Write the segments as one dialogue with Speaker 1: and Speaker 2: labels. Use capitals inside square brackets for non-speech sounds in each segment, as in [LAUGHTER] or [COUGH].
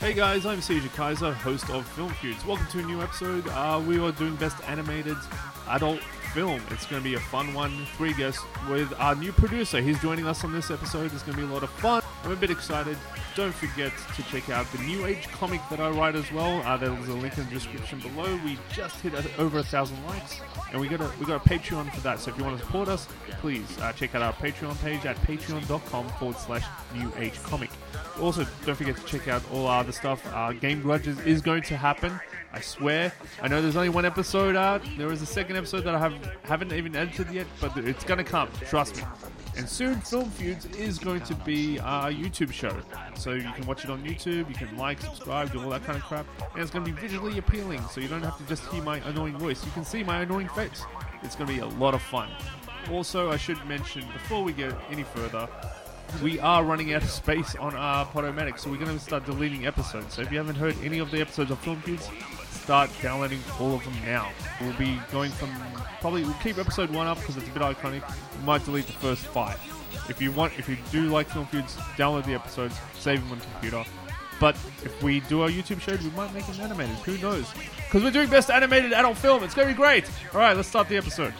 Speaker 1: Hey guys, I'm CJ Kaiser, host of Film Feuds. Welcome to a new episode. Uh, we are doing best animated adult film. It's going to be a fun one. Three guests with our new producer. He's joining us on this episode. It's going to be a lot of fun. I'm a bit excited. Don't forget to check out the New Age comic that I write as well. Uh, there's a link in the description below. We just hit a- over a thousand likes, and we got a we got a Patreon for that. So if you want to support us, please uh, check out our Patreon page at patreon.com forward slash New Age comic. Also, don't forget to check out all our other stuff. Uh, Game Grudges is going to happen. I swear. I know there's only one episode out. There is a second episode that I have, haven't even edited yet, but it's going to come. Trust me. And soon, Film Feuds is going to be our YouTube show. So you can watch it on YouTube, you can like, subscribe, do all that kind of crap. And it's going to be visually appealing, so you don't have to just hear my annoying voice. You can see my annoying face. It's going to be a lot of fun. Also, I should mention before we go any further, we are running out of space on our Podomatic, so we're going to start deleting episodes. So if you haven't heard any of the episodes of Film Kids, start downloading all of them now. We'll be going from probably we'll keep episode one up because it's a bit iconic. We might delete the first five. If you want, if you do like Film Feuds, download the episodes, save them on computer. But if we do our YouTube show, we might make it animated. Who knows? Because we're doing best animated adult film. It's going to be great. All right, let's start the episode.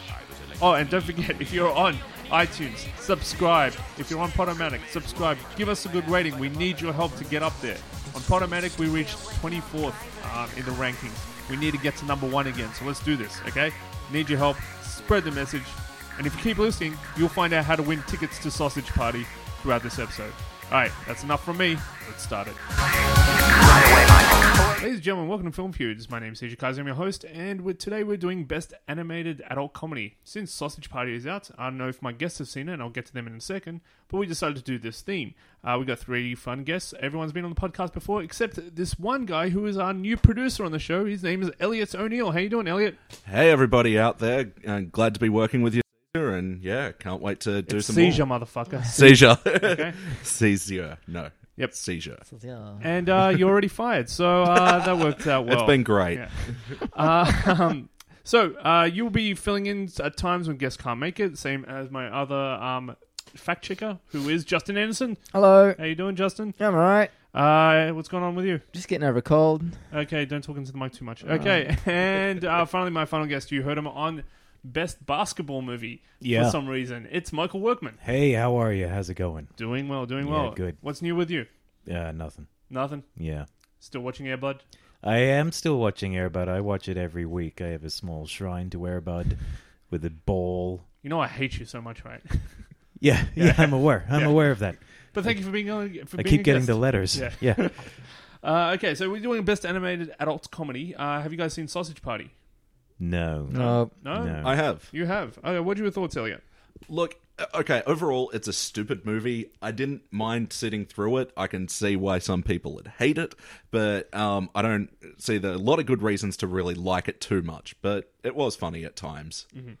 Speaker 1: Oh, and don't forget, if you're on iTunes, subscribe. If you're on Podomatic, subscribe. Give us a good rating. We need your help to get up there. On Podomatic, we reached 24th um, in the rankings. We need to get to number one again, so let's do this, okay? Need your help. Spread the message. And if you keep listening, you'll find out how to win tickets to Sausage Party throughout this episode. Alright, that's enough from me. Let's start it. Ladies and gentlemen, welcome to Film Feuds. My name is CJ Kaiser, I'm your host, and we today we're doing Best Animated Adult Comedy. Since Sausage Party is out, I don't know if my guests have seen it, and I'll get to them in a second, but we decided to do this theme. Uh, we got three fun guests. Everyone's been on the podcast before, except this one guy who is our new producer on the show. His name is Elliot O'Neill. How you doing, Elliot?
Speaker 2: Hey, everybody out there. Uh, glad to be working with you, Caesar, and yeah, can't wait to do some
Speaker 1: Seizure,
Speaker 2: more.
Speaker 1: motherfucker.
Speaker 2: [LAUGHS] Seizure.
Speaker 1: [LAUGHS] Okay.
Speaker 2: Seizure. No.
Speaker 1: Yep.
Speaker 2: Seizure.
Speaker 3: Yeah.
Speaker 1: And uh, you're already fired, so uh, that worked out well.
Speaker 2: It's been great.
Speaker 1: Yeah. Uh, um, [LAUGHS] so uh, you'll be filling in at times when guests can't make it, same as my other um, fact checker, who is Justin Anderson.
Speaker 3: Hello.
Speaker 1: How you doing, Justin?
Speaker 3: I'm alright.
Speaker 1: Uh, what's going on with you?
Speaker 3: Just getting over a cold.
Speaker 1: Okay, don't talk into the mic too much.
Speaker 4: Uh.
Speaker 1: Okay, [LAUGHS] and uh, finally, my final guest. You heard him on best basketball movie
Speaker 4: Yeah.
Speaker 1: for some reason. It's Michael Workman.
Speaker 4: Hey, how are you? How's it going?
Speaker 1: Doing well, doing
Speaker 4: Yeah,
Speaker 1: well.
Speaker 4: good.
Speaker 1: What's new with you?
Speaker 4: Yeah, nothing.
Speaker 1: Nothing.
Speaker 4: Yeah.
Speaker 1: Still watching Air Bud.
Speaker 4: I am still watching Airbud. I watch it every week. I have a small shrine to Airbud with a bowl.
Speaker 1: You know I hate you so much, right? [LAUGHS]
Speaker 4: Yeah, [LAUGHS] yeah, I'm aware. I'm
Speaker 1: Yeah.
Speaker 4: aware of that.
Speaker 1: But thank you for being on. For
Speaker 4: I
Speaker 1: being
Speaker 4: keep
Speaker 1: a
Speaker 4: getting
Speaker 1: guest.
Speaker 4: the letters.
Speaker 1: Yeah.
Speaker 4: Yeah.
Speaker 1: [LAUGHS] Uh, okay, so we're doing best animated adult comedy. Uh, have you guys seen Sausage Party?
Speaker 4: No.
Speaker 3: No.
Speaker 1: No,
Speaker 4: No.
Speaker 2: I have.
Speaker 1: you have. Okay, what are your thoughts, Elliot?
Speaker 2: Look, uh, okay, overall, it's a stupid movie. I didn't mind sitting through it. I can see why some people would hate it, but um, I don't see the, a lot of good reasons to really like it too much. But it was funny at times.
Speaker 1: Mm.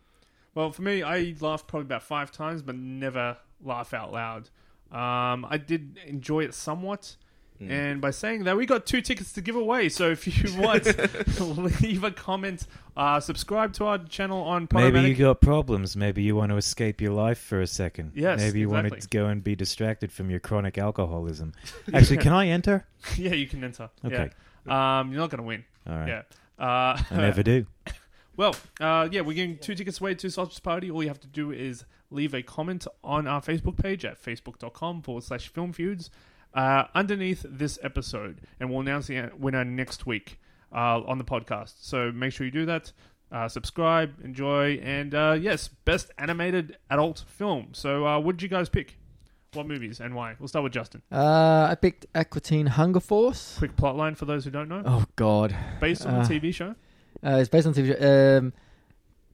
Speaker 1: Well, for me, I laughed probably about five times, but never laugh out loud. Um, I did enjoy it somewhat. And by saying that, we got two tickets to give away. So if you want, leave a comment, uh, subscribe to our channel on Podomatic.
Speaker 4: Maybe you got problems. Maybe you want to escape your life for a second.
Speaker 1: Yes,
Speaker 4: Maybe you want to
Speaker 1: exactly.
Speaker 4: go and be distracted from your chronic alcoholism.
Speaker 1: [LAUGHS]
Speaker 4: Actually, can I enter?
Speaker 1: yeah, you can enter.
Speaker 4: Okay.
Speaker 1: Yeah. Um, you're not going to win.
Speaker 4: All right.
Speaker 1: Yeah. Uh,
Speaker 4: I never do.
Speaker 1: Well, uh, yeah, we're giving two tickets away to Sausage Party. All you have to do is leave a comment on our Facebook page at facebook.com forward slash film feuds uh, underneath this episode, and we'll announce the uh, winner next week uh, on the podcast. So make sure you do that. Uh, subscribe, enjoy, and uh, yes, best animated adult film. So, uh, what did you guys pick? What movies and why? We'll start with Justin.
Speaker 3: Uh, I picked Aquatine Hunger Force.
Speaker 1: Quick plot line for those who don't know.
Speaker 3: [LAUGHS] Oh God.
Speaker 1: Based on
Speaker 3: uh,
Speaker 1: the TV show.
Speaker 3: Uh, it's based on TV show. Um,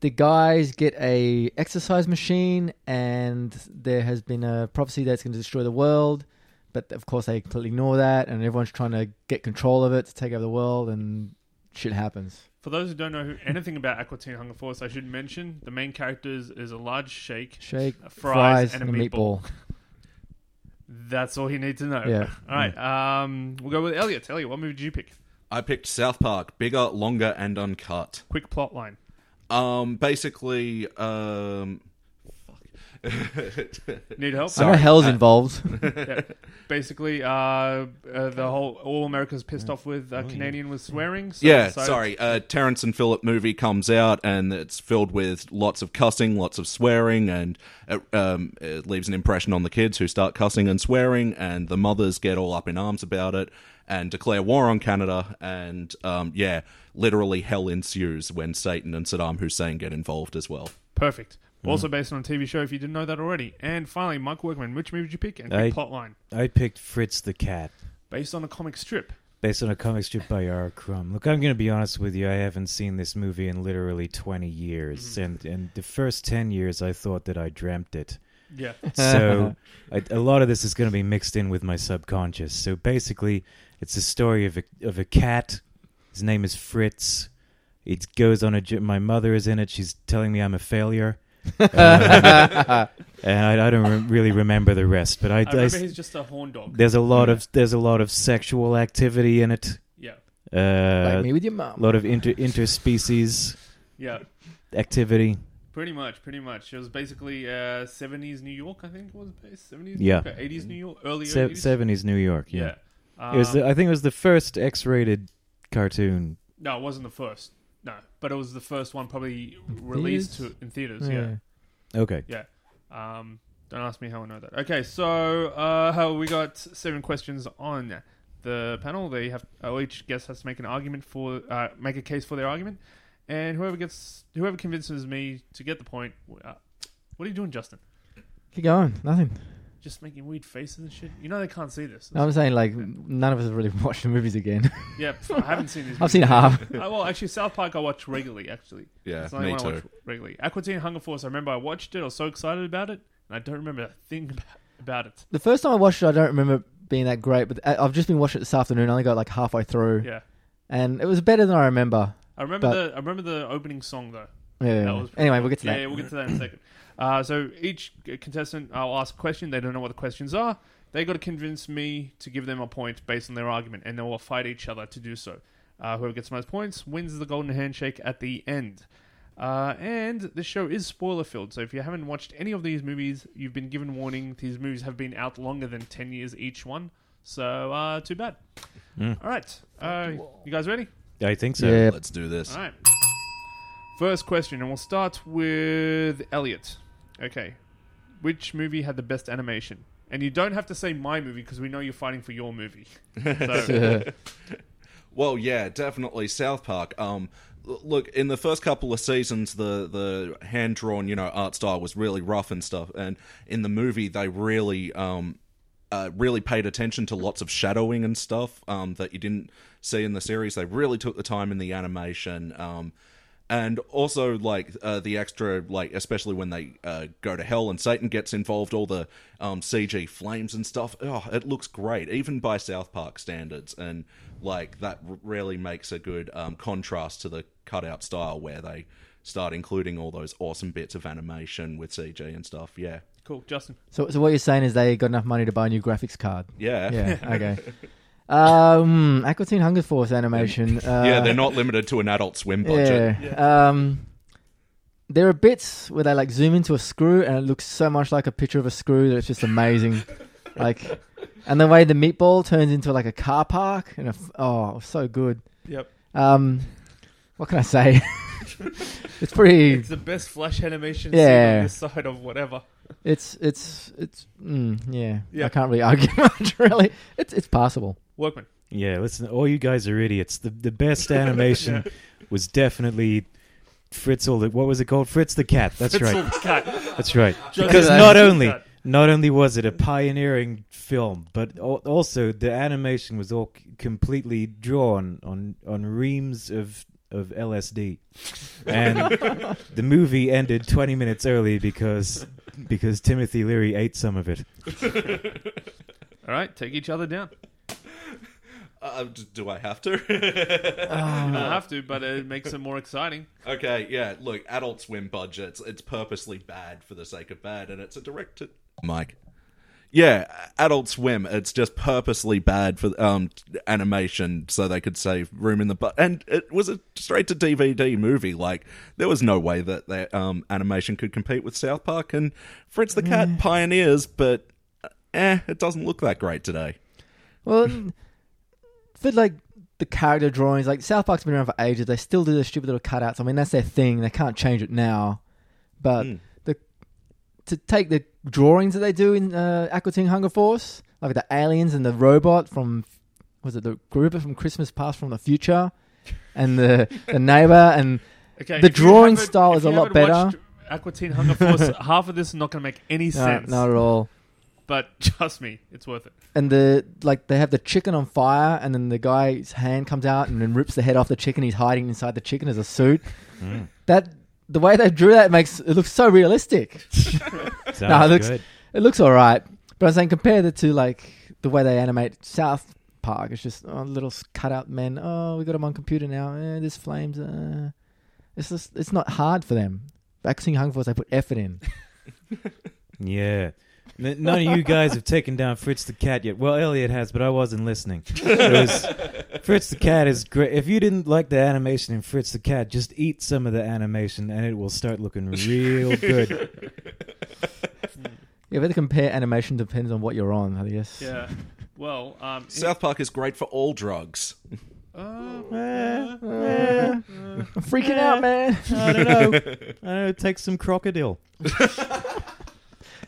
Speaker 3: the guys get a exercise machine, and there has been a prophecy that's going to destroy the world. But of course, they completely ignore that, and everyone's trying to get control of it to take over the world, and shit happens.
Speaker 1: For those who don't know who, anything about Aqua Teen Hunger Force, I should mention the main characters is a large shake,
Speaker 3: Shake,
Speaker 1: fries,
Speaker 3: fries,
Speaker 1: and a meatball. That's all you need to know.
Speaker 3: Yeah.
Speaker 1: [LAUGHS] All right. Um, we'll go with Elliot. Elliot, what movie did you pick?
Speaker 2: I picked South Park, bigger, longer, and uncut.
Speaker 1: Quick plot line.
Speaker 2: Um, basically, um, fuck.
Speaker 1: Need help?
Speaker 3: I know
Speaker 2: Sorry.
Speaker 3: hell's
Speaker 2: Uh,
Speaker 3: involved.
Speaker 1: [LAUGHS] yeah. Basically, uh, uh, the whole all America's pissed off with uh, Canadian was swearing. So,
Speaker 2: yeah,
Speaker 1: so-
Speaker 2: sorry. Uh, Terrence and Phillip movie comes out and it's filled with lots of cussing, lots of swearing, and it, um, it leaves an impression on the kids who start cussing and swearing, and the mothers get all up in arms about it and declare war on Canada. And um, yeah, literally hell ensues when Satan and Saddam Hussein get involved as well.
Speaker 1: Perfect. Also based on a TV show, if you didn't know that already. And finally, Mike Workman, which movie did you pick and
Speaker 4: I-
Speaker 1: pick plotline?
Speaker 4: I picked Fritz the Cat
Speaker 1: Based on a comic strip.
Speaker 4: based on a comic strip by R. Crumb. Look, I'm going to be honest with you. I haven't seen this movie in literally 20 years, and and the first 10 years I thought that I dreamt it.
Speaker 1: Yeah.
Speaker 4: so I, a lot of this is going to be mixed in with my subconscious. So basically, it's the story of a of a cat. His name is Fritz. It goes on a. j- My mother is in it. She's telling me I'm a failure. Um,
Speaker 1: uh,
Speaker 4: and I, I don't re- really remember the rest, but I,
Speaker 1: I
Speaker 4: I-
Speaker 1: remember he's just a horn dog.
Speaker 4: there's a lot of there's a lot of sexual activity in it.
Speaker 1: Yeah.
Speaker 3: [LAUGHS]
Speaker 4: Uh,
Speaker 3: like me with your
Speaker 4: a
Speaker 3: mum.
Speaker 4: lot of inter interspecies
Speaker 1: Yeah.
Speaker 4: activity.
Speaker 1: Pretty much, pretty much. It was basically uh, 70s New York, I think it was based. 70s?
Speaker 4: Yeah.
Speaker 1: New York, 80s New York, early
Speaker 4: Se-
Speaker 1: 80s?
Speaker 4: 70s New York. Yeah.
Speaker 1: Yeah.
Speaker 4: It was. The,
Speaker 1: Um,
Speaker 4: I think it was the first X-rated cartoon
Speaker 1: No, it wasn't the first. No, but it was the first one probably released to,
Speaker 3: theaters?
Speaker 1: in theaters. Yeah.
Speaker 4: Okay.
Speaker 1: Um, don't ask me how I know that. Okay, so uh, we got seven questions on the panel. They have oh, each guest has to make an argument for uh, make a case for their argument, and whoever gets whoever convinces me to get the point. Uh, what are you doing, Justin?
Speaker 3: Keep going. Nothing.
Speaker 1: Just making weird faces and shit. You know they can't see this.
Speaker 3: No, I'm saying like none of us have really [LAUGHS] watched the movies again.
Speaker 1: yeah,
Speaker 3: [LAUGHS]
Speaker 1: I haven't seen these.
Speaker 3: I've seen
Speaker 1: movies.
Speaker 3: half.
Speaker 1: Uh, well, actually, South Park I watch regularly. Actually,
Speaker 2: Yeah,
Speaker 1: It's the only
Speaker 2: me
Speaker 1: one I
Speaker 2: too.
Speaker 1: watch regularly. Aqua Teen Hunger Force. I remember I watched it. I was so excited about it, and I don't remember a thing [LAUGHS] ab- about it.
Speaker 3: [LAUGHS] The first time I watched it, I don't remember being that great, but I- I've just been watching it this afternoon. I only got like halfway through,
Speaker 1: Yeah,
Speaker 3: and it was better than I remember.
Speaker 1: I remember
Speaker 3: But-
Speaker 1: the I remember the opening song though.
Speaker 3: Yeah.
Speaker 1: That was-
Speaker 3: anyway, we'll get to
Speaker 1: yeah,
Speaker 3: that.
Speaker 1: yeah, we'll get to that in a second. Uh, so each contestant, I'll ask a question. They don't know what the questions are. They got to convince me to give them a point based on their argument, and they will fight each other to do so. Uh, whoever gets the most points wins the golden handshake at the end. Uh, and this show is spoiler filled, so if you haven't watched any of these movies, you've been given warning. These movies have been out longer than 10 years each one, so uh, too bad.
Speaker 3: Mm.
Speaker 1: All right. Uh, you guys ready?
Speaker 4: I think so.
Speaker 3: Yeah.
Speaker 2: Let's do this.
Speaker 1: All right. First question, and we'll start with Elliot. Okay. Which movie had the best animation? And you don't have to say my movie because we know you're fighting for your movie. So,
Speaker 3: [LAUGHS] Yeah.
Speaker 2: Well, yeah, definitely South Park. Um, l- look, in the first couple of seasons, the the hand drawn, you know, art style was really rough and stuff. And in the movie, they really um, uh, really paid attention to lots of shadowing and stuff um, that you didn't see in the series. They really took the time in the animation. Um, and also like uh, the extra like especially when they uh, go to hell and satan gets involved all the um, cg flames and stuff oh it looks great even by south park standards and like that r- really makes a good um, contrast to the cutout style where they start including all those awesome bits of animation with cg and stuff yeah
Speaker 1: cool, Justin.
Speaker 3: so, so what you're saying is they got enough money to buy a new
Speaker 1: [LAUGHS]
Speaker 3: graphics card?
Speaker 2: yeah
Speaker 3: Yeah. Okay. Um, Aqua Teen Hunger
Speaker 1: [LAUGHS]
Speaker 3: Force animation. Uh,
Speaker 2: Yeah, they're not limited to an adult swim budget
Speaker 3: Yeah. Um, there are bits where they like zoom into a screw and it looks so much like a picture of a screw that it's just amazing. like, and the way the meatball turns into like a car park and a f- oh, so good.
Speaker 1: Yep.
Speaker 3: Um, what can I say? [LAUGHS] it's pretty.
Speaker 1: It's the best flash animation
Speaker 3: seen on
Speaker 1: on
Speaker 3: Yeah.
Speaker 1: this
Speaker 3: this
Speaker 1: side of whatever.
Speaker 3: It's it's it's mm, yeah.
Speaker 1: Yeah.
Speaker 3: I can't really [LAUGHS] argue much. Really, it's it's passable.
Speaker 1: Workman.
Speaker 4: Yeah, listen, all you guys are idiots. The the best
Speaker 1: [LAUGHS]
Speaker 4: animation was definitely Fritz all the, what was it called? Fritz the Cat. That's right. That's right.
Speaker 1: Just
Speaker 4: because
Speaker 1: like
Speaker 4: not
Speaker 1: Fritz the
Speaker 4: only
Speaker 1: Cat.
Speaker 4: not only was it a pioneering film, but al- also the animation was all c- completely drawn on on reams of of LSD. And the movie ended 20 minutes early because because Timothy Leary ate some of it.
Speaker 1: All right, take each other down.
Speaker 2: uh, d- do i have to [LAUGHS]
Speaker 3: Ah.
Speaker 1: You don't have to, but it makes it more exciting.
Speaker 2: Okay, yeah. Look, Adult Swim budgets. It's purposely bad for the sake of bad, and it's a direct to Mike. Yeah, Adult Swim. It's just purposely bad for um animation, so they could save room in the butt. And it was a straight to DVD movie. Like there was no way that that um animation could compete with South Park and Fritz the Cat pioneers. But eh, it doesn't look that great today.
Speaker 3: Well, n- for like the character drawings, like South Park's been around for ages. They still do the stupid little cutouts. I mean, that's their thing. They can't change it now. But
Speaker 2: Mm.
Speaker 3: the to take the drawings that they do in uh, Aqua Teen Hunger Force, like the aliens and the robot from was it the Gruber from Christmas Past from the Future, and the the neighbor and
Speaker 1: Okay,
Speaker 3: The
Speaker 1: if you
Speaker 3: drawing
Speaker 1: haven't-
Speaker 3: style
Speaker 1: if
Speaker 3: is a
Speaker 1: you
Speaker 3: lot
Speaker 1: haven't
Speaker 3: better.
Speaker 1: watched Aqua Teen Hunger Force. [LAUGHS] half of this is not going to make any
Speaker 3: no,
Speaker 1: sense.
Speaker 3: not at all.
Speaker 1: But [LAUGHS] trust me, it's worth it.
Speaker 3: And the like, they have the chicken on fire, and then the guy's hand comes out and then rips the head off the chicken. He's hiding inside the chicken as a suit.
Speaker 4: Mm.
Speaker 3: That the way they drew that makes it looks so realistic.
Speaker 4: Sounds
Speaker 3: Nah, it looks-
Speaker 4: good.
Speaker 3: It looks all right, but I'm saying compare the two, like the way they animate South Park. It's just oh, little s- cutout men. Oh, we got them on computer now. Eh, there's flames. Uh. It's just, it's not hard for them. Vaccine Hunger Force, they put effort in.
Speaker 4: Yeah. N- None of you guys have taken down Fritz the Cat yet. Well, Elliot has, but I wasn't listening. It
Speaker 1: [LAUGHS]
Speaker 4: was- Fritz the Cat is great. If you didn't like the animation in Fritz the Cat, just eat some of the animation and it will start looking real
Speaker 3: [LAUGHS]
Speaker 4: good.
Speaker 3: Yeah, but to compare animation depends on what you're on, I guess.
Speaker 1: [LAUGHS] Yeah. Well, um,
Speaker 2: South Park is great for all drugs.
Speaker 1: uh,
Speaker 3: Eh, I'm freaking out, man.
Speaker 4: [LAUGHS] I don't know. I don't know. Take some crocodile.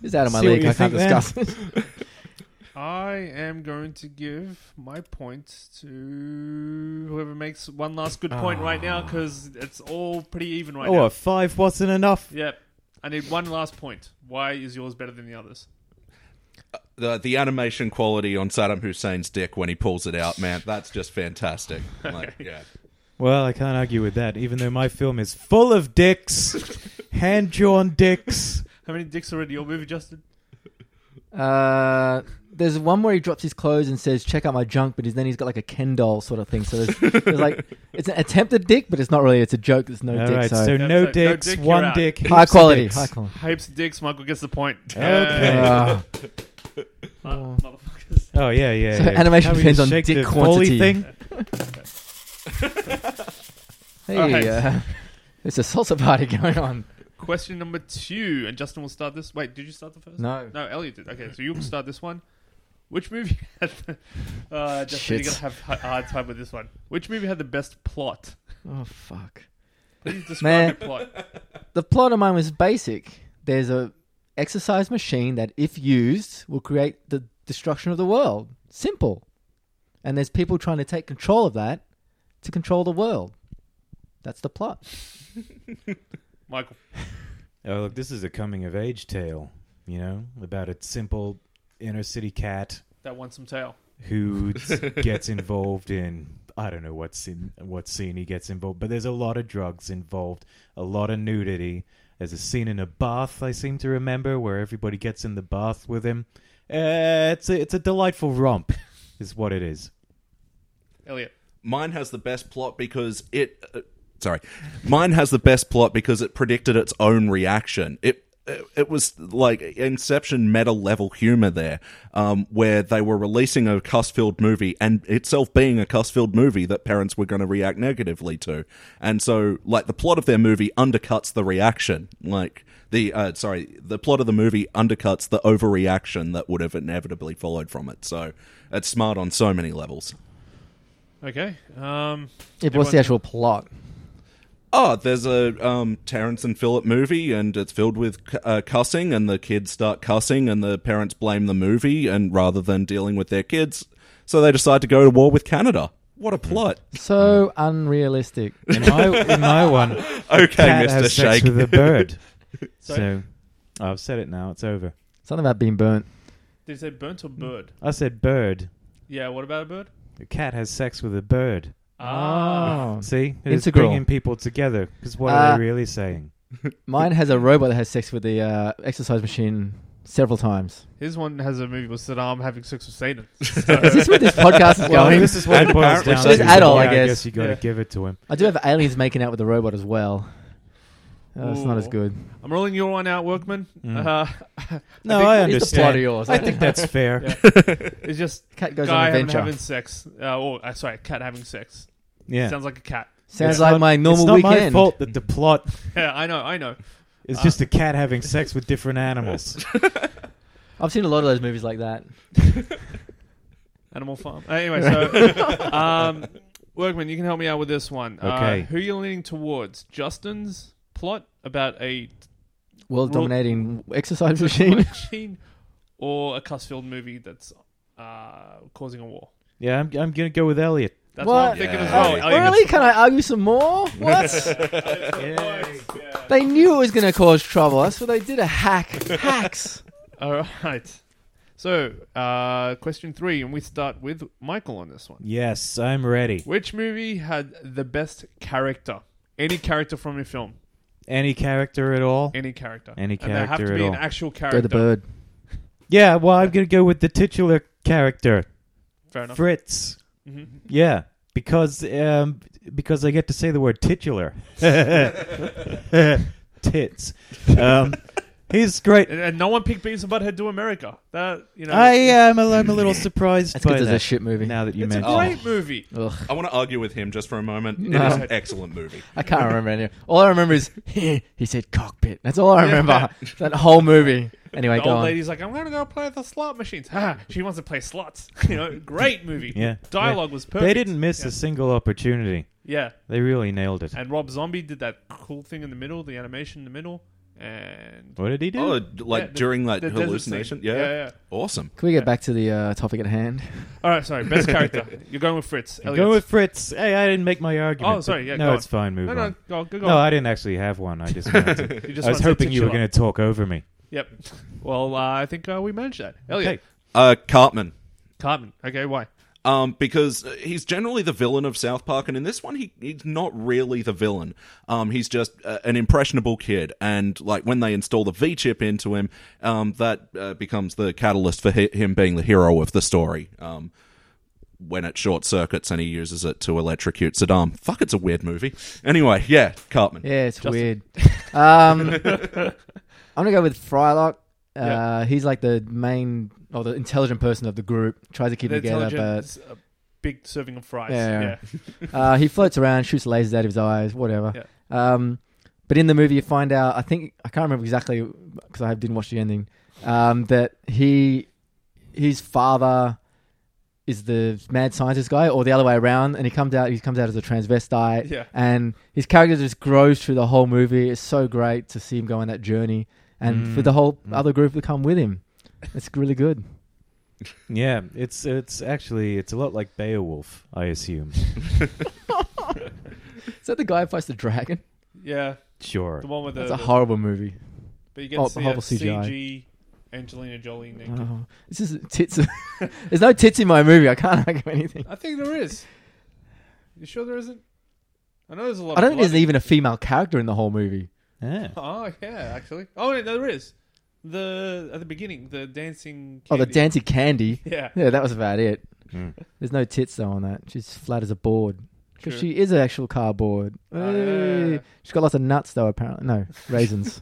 Speaker 3: It's out of my
Speaker 4: See what
Speaker 3: league.
Speaker 4: you
Speaker 3: I can't
Speaker 4: think, man.
Speaker 3: discuss
Speaker 4: [LAUGHS]
Speaker 3: it.
Speaker 1: I am going to give my point to whoever makes one last good point right now because it's all pretty even right
Speaker 4: oh,
Speaker 1: now.
Speaker 4: a five wasn't enough.
Speaker 1: Yep. I need one last point. Why is yours better than the others?
Speaker 2: The the animation quality on Saddam Hussein's dick when he pulls it out, man, that's just fantastic. Like, yeah.
Speaker 4: Well, I can't argue with that, even though my film is full
Speaker 1: [LAUGHS]
Speaker 4: of dicks, hand drawn dicks.
Speaker 1: How many dicks are in your movie, Justin?
Speaker 3: Uh, there's one where he drops his clothes and says, "Check out my junk," but he's, then he's got like a Ken doll sort of thing. So there's, there's
Speaker 4: [LAUGHS]
Speaker 3: like it's an attempted dick, but it's not really. It's a joke. There's no
Speaker 4: All
Speaker 3: dick.
Speaker 4: right,
Speaker 3: so,
Speaker 4: so
Speaker 1: Yeah,
Speaker 4: no
Speaker 1: so no
Speaker 4: dicks,
Speaker 1: dick, you're
Speaker 4: one
Speaker 1: out.
Speaker 4: dick, heaps
Speaker 3: high
Speaker 4: of
Speaker 3: quality,
Speaker 4: dicks.
Speaker 3: high quality.
Speaker 1: Heaps of dicks. Michael gets the point.
Speaker 4: Okay.
Speaker 1: Yay.
Speaker 3: Uh,
Speaker 1: Ah, motherfuckers.
Speaker 4: Oh yeah, yeah.
Speaker 3: So
Speaker 4: yeah.
Speaker 3: animation
Speaker 4: How we
Speaker 3: depends on
Speaker 4: shake
Speaker 3: dick
Speaker 4: the Foley
Speaker 3: quantity.
Speaker 4: thing.
Speaker 3: hey,
Speaker 1: Alright.
Speaker 3: uh, there's a salsa party [LAUGHS] going on.
Speaker 1: Question number two, and Justin will start this. Wait, did you start the first?
Speaker 3: No,
Speaker 1: No, Elliot did. Okay, so you'll start this one. Which movie [LAUGHS] had the, uh, Justin, you're
Speaker 3: Shit.
Speaker 1: gonna have a hard time with this one. Which movie had the best plot?
Speaker 3: [LAUGHS] oh fuck.
Speaker 1: Please describe
Speaker 3: Man.
Speaker 1: the plot.
Speaker 3: The plot of mine was basic. There's a exercise machine that, if used, will create the destruction of the world. Simple. And there's people trying to take control of that to control the world. That's the plot.
Speaker 1: Michael.
Speaker 4: Oh look, this is a coming of age tale. You know, about a simple inner city cat
Speaker 1: That won some tail.
Speaker 2: [LAUGHS]
Speaker 4: who gets involved in I don't know what scene what scene he gets involved, but there's a lot of drugs involved, a lot of nudity. There's a scene in a bath I seem to remember where everybody gets in the bath with him. Uh, it's a it's a delightful romp, is what it is.
Speaker 1: Elliot.
Speaker 2: Mine has the best plot because it. Uh, sorry, mine has the best plot because it predicted its own reaction. It it it was like Inception meta level humor there, um, where they were releasing a cuss filled movie and itself being a cuss filled movie that parents were going to react negatively to, and so like the plot of their movie undercuts the reaction. Like the uh, sorry, the plot of the movie undercuts the overreaction that would have inevitably followed from it. So it's smart on so many levels.
Speaker 1: Okay. Um,
Speaker 3: It was the actual plot.
Speaker 2: oh, there's a um, Terrence and Phillip movie, and it's filled with cu- uh, cussing, and the kids start cussing, and the parents blame the movie, and rather than dealing with their kids, so they decide to go to war with Canada. What a plot!
Speaker 3: So unrealistic.
Speaker 4: In my in my one,
Speaker 2: [LAUGHS] Okay,
Speaker 4: cat
Speaker 2: Mister
Speaker 4: has sex
Speaker 2: Shake.
Speaker 4: with a bird.
Speaker 1: Sorry?
Speaker 4: so I've said it now. It's over.
Speaker 3: Something about being burnt.
Speaker 1: did you say burnt or bird?
Speaker 4: I said bird.
Speaker 1: Yeah, what about a bird?
Speaker 4: A cat has sex with a bird.
Speaker 1: Ah.
Speaker 3: Oh.
Speaker 4: See, it's
Speaker 3: Integral.
Speaker 4: bringing people together. Because what
Speaker 3: Uh,
Speaker 4: are they really saying?
Speaker 3: [LAUGHS] Mine has a robot that has sex with the uh, exercise machine several
Speaker 4: [LAUGHS]
Speaker 3: times.
Speaker 1: His one has a movie with Saddam having sex with
Speaker 3: [LAUGHS]
Speaker 1: Satan.
Speaker 3: Is this where this podcast is
Speaker 4: Well,
Speaker 3: going?
Speaker 4: this is what it boils
Speaker 2: apparently
Speaker 4: down
Speaker 2: so.
Speaker 4: to.
Speaker 3: It's adult,
Speaker 4: Yeah,
Speaker 3: I
Speaker 4: I
Speaker 3: guess.
Speaker 4: guess you got to
Speaker 1: Yeah.
Speaker 4: give it to him.
Speaker 3: I do have aliens making out with a robot as well. Oh, it's not as
Speaker 1: Ooh.
Speaker 3: good.
Speaker 1: I'm rolling your one out, Workman.
Speaker 3: Mm.
Speaker 1: Uh, [LAUGHS]
Speaker 4: No,
Speaker 1: think-
Speaker 4: I,
Speaker 1: It's
Speaker 3: the
Speaker 4: understand.
Speaker 3: plot of yours.
Speaker 4: I think [LAUGHS] that's fair.
Speaker 1: Yeah. it's just
Speaker 3: Cat goes on
Speaker 1: guy
Speaker 3: an
Speaker 1: having,
Speaker 3: adventure.
Speaker 1: having sex. Uh, or uh, sorry, cat having sex.
Speaker 4: Yeah.
Speaker 1: Sounds like a cat. [LAUGHS]
Speaker 3: Sounds
Speaker 4: It's
Speaker 3: like
Speaker 4: not-
Speaker 3: my normal
Speaker 4: it's not
Speaker 3: weekend.
Speaker 4: my fault that the plot
Speaker 1: Yeah, I know, I know.
Speaker 4: is
Speaker 1: Uh,
Speaker 4: just a cat having sex with different animals.
Speaker 3: I've seen a lot of those movies like that.
Speaker 1: Animal Farm. Uh, anyway, so um, Workman, you can help me out with this one.
Speaker 4: Okay.
Speaker 1: Uh, who are you leaning towards? Justin's plot about a
Speaker 3: World
Speaker 1: Well-
Speaker 3: dominating exercise
Speaker 1: [LAUGHS]
Speaker 3: machine.
Speaker 1: machine or a Cusfield movie that's uh, causing a war?
Speaker 4: yeah, I'm, I'm gonna go with Elliot.
Speaker 1: That's what,
Speaker 3: What?
Speaker 1: I'm thinking as
Speaker 2: Yeah.
Speaker 1: well.
Speaker 2: Oh,
Speaker 1: Elliot.
Speaker 3: really? Can I argue some more? What?
Speaker 4: Yeah.
Speaker 3: they knew it was going to cause trouble. That's what they did. A hack. Hacks.
Speaker 1: [LAUGHS] [LAUGHS] All right. So, uh, question three, and we start with Michael on this one.
Speaker 4: Yes, I'm ready.
Speaker 1: Which movie had the best character? Any character from your film,
Speaker 4: Any character at all?
Speaker 1: any character,
Speaker 4: Any
Speaker 1: and they have
Speaker 4: character
Speaker 1: to
Speaker 4: at
Speaker 1: be an
Speaker 4: all.
Speaker 1: actual
Speaker 3: Go
Speaker 1: character.
Speaker 3: the bird.
Speaker 4: Yeah, well, I'm gonna go with the titular character,
Speaker 1: Fair enough.
Speaker 4: Fritz.
Speaker 1: Mhm.
Speaker 4: Yeah, because um, because I get to say the word titular. [LAUGHS] Tits. Um, he's great.
Speaker 1: [LAUGHS] And, and no one picked Beavis and Butthead to America. That you know,
Speaker 4: I am. A, I'm a little surprised
Speaker 3: That's
Speaker 4: by
Speaker 3: because it's a
Speaker 4: that.
Speaker 3: shit movie.
Speaker 4: Now that you
Speaker 1: it's a
Speaker 4: mention
Speaker 1: great
Speaker 4: it.
Speaker 1: movie.
Speaker 3: Ugh,
Speaker 2: [LAUGHS] I want to argue with him just for a moment.
Speaker 3: No.
Speaker 2: It is an excellent movie.
Speaker 3: I can't remember any. All I remember is [LAUGHS] he said cockpit. That's
Speaker 1: [LAUGHS]
Speaker 3: all I remember. that whole movie. Anyway,
Speaker 1: The
Speaker 3: go
Speaker 1: old
Speaker 3: on.
Speaker 1: lady's like, I'm going to go play with the slot machines. Ha! She wants to play slots. [LAUGHS] you know, great movie.
Speaker 4: Yeah.
Speaker 1: Dialogue was perfect.
Speaker 4: they didn't miss
Speaker 1: Yeah.
Speaker 4: a single opportunity.
Speaker 1: Yeah.
Speaker 4: They really nailed it.
Speaker 1: And Rob Zombie did that cool thing in the middle, the animation in the middle. And
Speaker 4: What did he do?
Speaker 2: Oh, like
Speaker 1: Yeah, the-
Speaker 2: during like
Speaker 1: the desert
Speaker 2: hallucination.
Speaker 1: scene.
Speaker 2: Yeah.
Speaker 1: Yeah, yeah.
Speaker 2: awesome.
Speaker 3: Can we get back to the uh, topic at hand?
Speaker 1: all right, sorry, best
Speaker 2: [LAUGHS]
Speaker 1: character. You're going with Fritz.
Speaker 4: I'm
Speaker 1: Elliot.
Speaker 4: going with Fritz. Hey, I didn't make my argument.
Speaker 1: Oh, sorry, yeah,
Speaker 4: no,
Speaker 1: go
Speaker 4: it's
Speaker 1: on.
Speaker 4: fine. Move
Speaker 1: no,
Speaker 4: on.
Speaker 1: no, go, go, go.
Speaker 4: No, I didn't actually have one.
Speaker 1: [LAUGHS]
Speaker 4: I just wanted to.
Speaker 1: you just
Speaker 4: I was
Speaker 1: wanted to
Speaker 4: hoping you were
Speaker 1: titular.
Speaker 4: going to talk over me.
Speaker 1: Yep. Well, uh, I think uh, we managed that. Elliot,
Speaker 4: Okay.
Speaker 2: Uh, Cartman.
Speaker 1: Cartman. Okay, why?
Speaker 2: um, because he's generally the villain of South Park, and in this one, he, he's not really the villain. Um, he's just uh, an impressionable kid, and like when they install the V chip into him, um, that uh, becomes the catalyst for hi him being the hero of the story. Um, when it short circuits and he uses it to electrocute Saddam. Fuck, it's a weird movie. Anyway, yeah, Cartman.
Speaker 3: Yeah,
Speaker 1: [LAUGHS]
Speaker 3: it's weird. Um, I'm gonna go with Frylock. Uh,
Speaker 1: Yeah.
Speaker 3: He's like the main or the intelligent person of the group. Tries to keep
Speaker 1: The
Speaker 3: it together,
Speaker 1: intelligence, a big serving of fries.
Speaker 3: Yeah.
Speaker 1: yeah.
Speaker 3: but uh, he floats around, shoots lasers out of his eyes, whatever.
Speaker 1: Yeah.
Speaker 3: Um, but in the movie, you find out. I think I can't remember exactly because I didn't watch the ending. Um, that he, his father, is the mad scientist guy, or the other way around, and he comes out. He comes out as a transvestite.
Speaker 1: Yeah.
Speaker 3: and his character just grows through the whole movie. It's so great to see him go on that journey, and for the whole other group to come with him, it's really good.
Speaker 4: Yeah, it's it's actually it's a lot like Beowulf, I assume.
Speaker 3: [LAUGHS] Is that the guy who fights the dragon?
Speaker 1: Yeah,
Speaker 4: Sure.
Speaker 1: the one with the,
Speaker 3: That's a
Speaker 1: the-
Speaker 3: horrible movie.
Speaker 1: but you get
Speaker 3: oh,
Speaker 1: to see
Speaker 3: horrible
Speaker 1: a
Speaker 3: CGI.
Speaker 1: CG Angelina Jolie naked.
Speaker 3: Oh, this is tits. [LAUGHS] There's no tits in my movie. I can't [LAUGHS] argue anything.
Speaker 1: I think there is. You sure there isn't? I know there's a lot.
Speaker 3: I don't
Speaker 1: of
Speaker 3: think there's
Speaker 1: blood.
Speaker 3: even a female character in the whole movie.
Speaker 4: Yeah.
Speaker 1: Oh yeah, actually. Oh wait, no, there is. The at the beginning, the dancing.
Speaker 3: Oh, the
Speaker 1: candy.
Speaker 3: dancing candy.
Speaker 1: Yeah.
Speaker 3: [LAUGHS] Yeah, that was about it.
Speaker 4: Mm.
Speaker 3: There's no tits though on that. She's flat as a board. Because
Speaker 1: True.
Speaker 3: she is an actual cardboard.
Speaker 1: Ah.
Speaker 3: Hey. She's got lots of nuts though, apparently.
Speaker 1: [LAUGHS]
Speaker 3: No, raisins.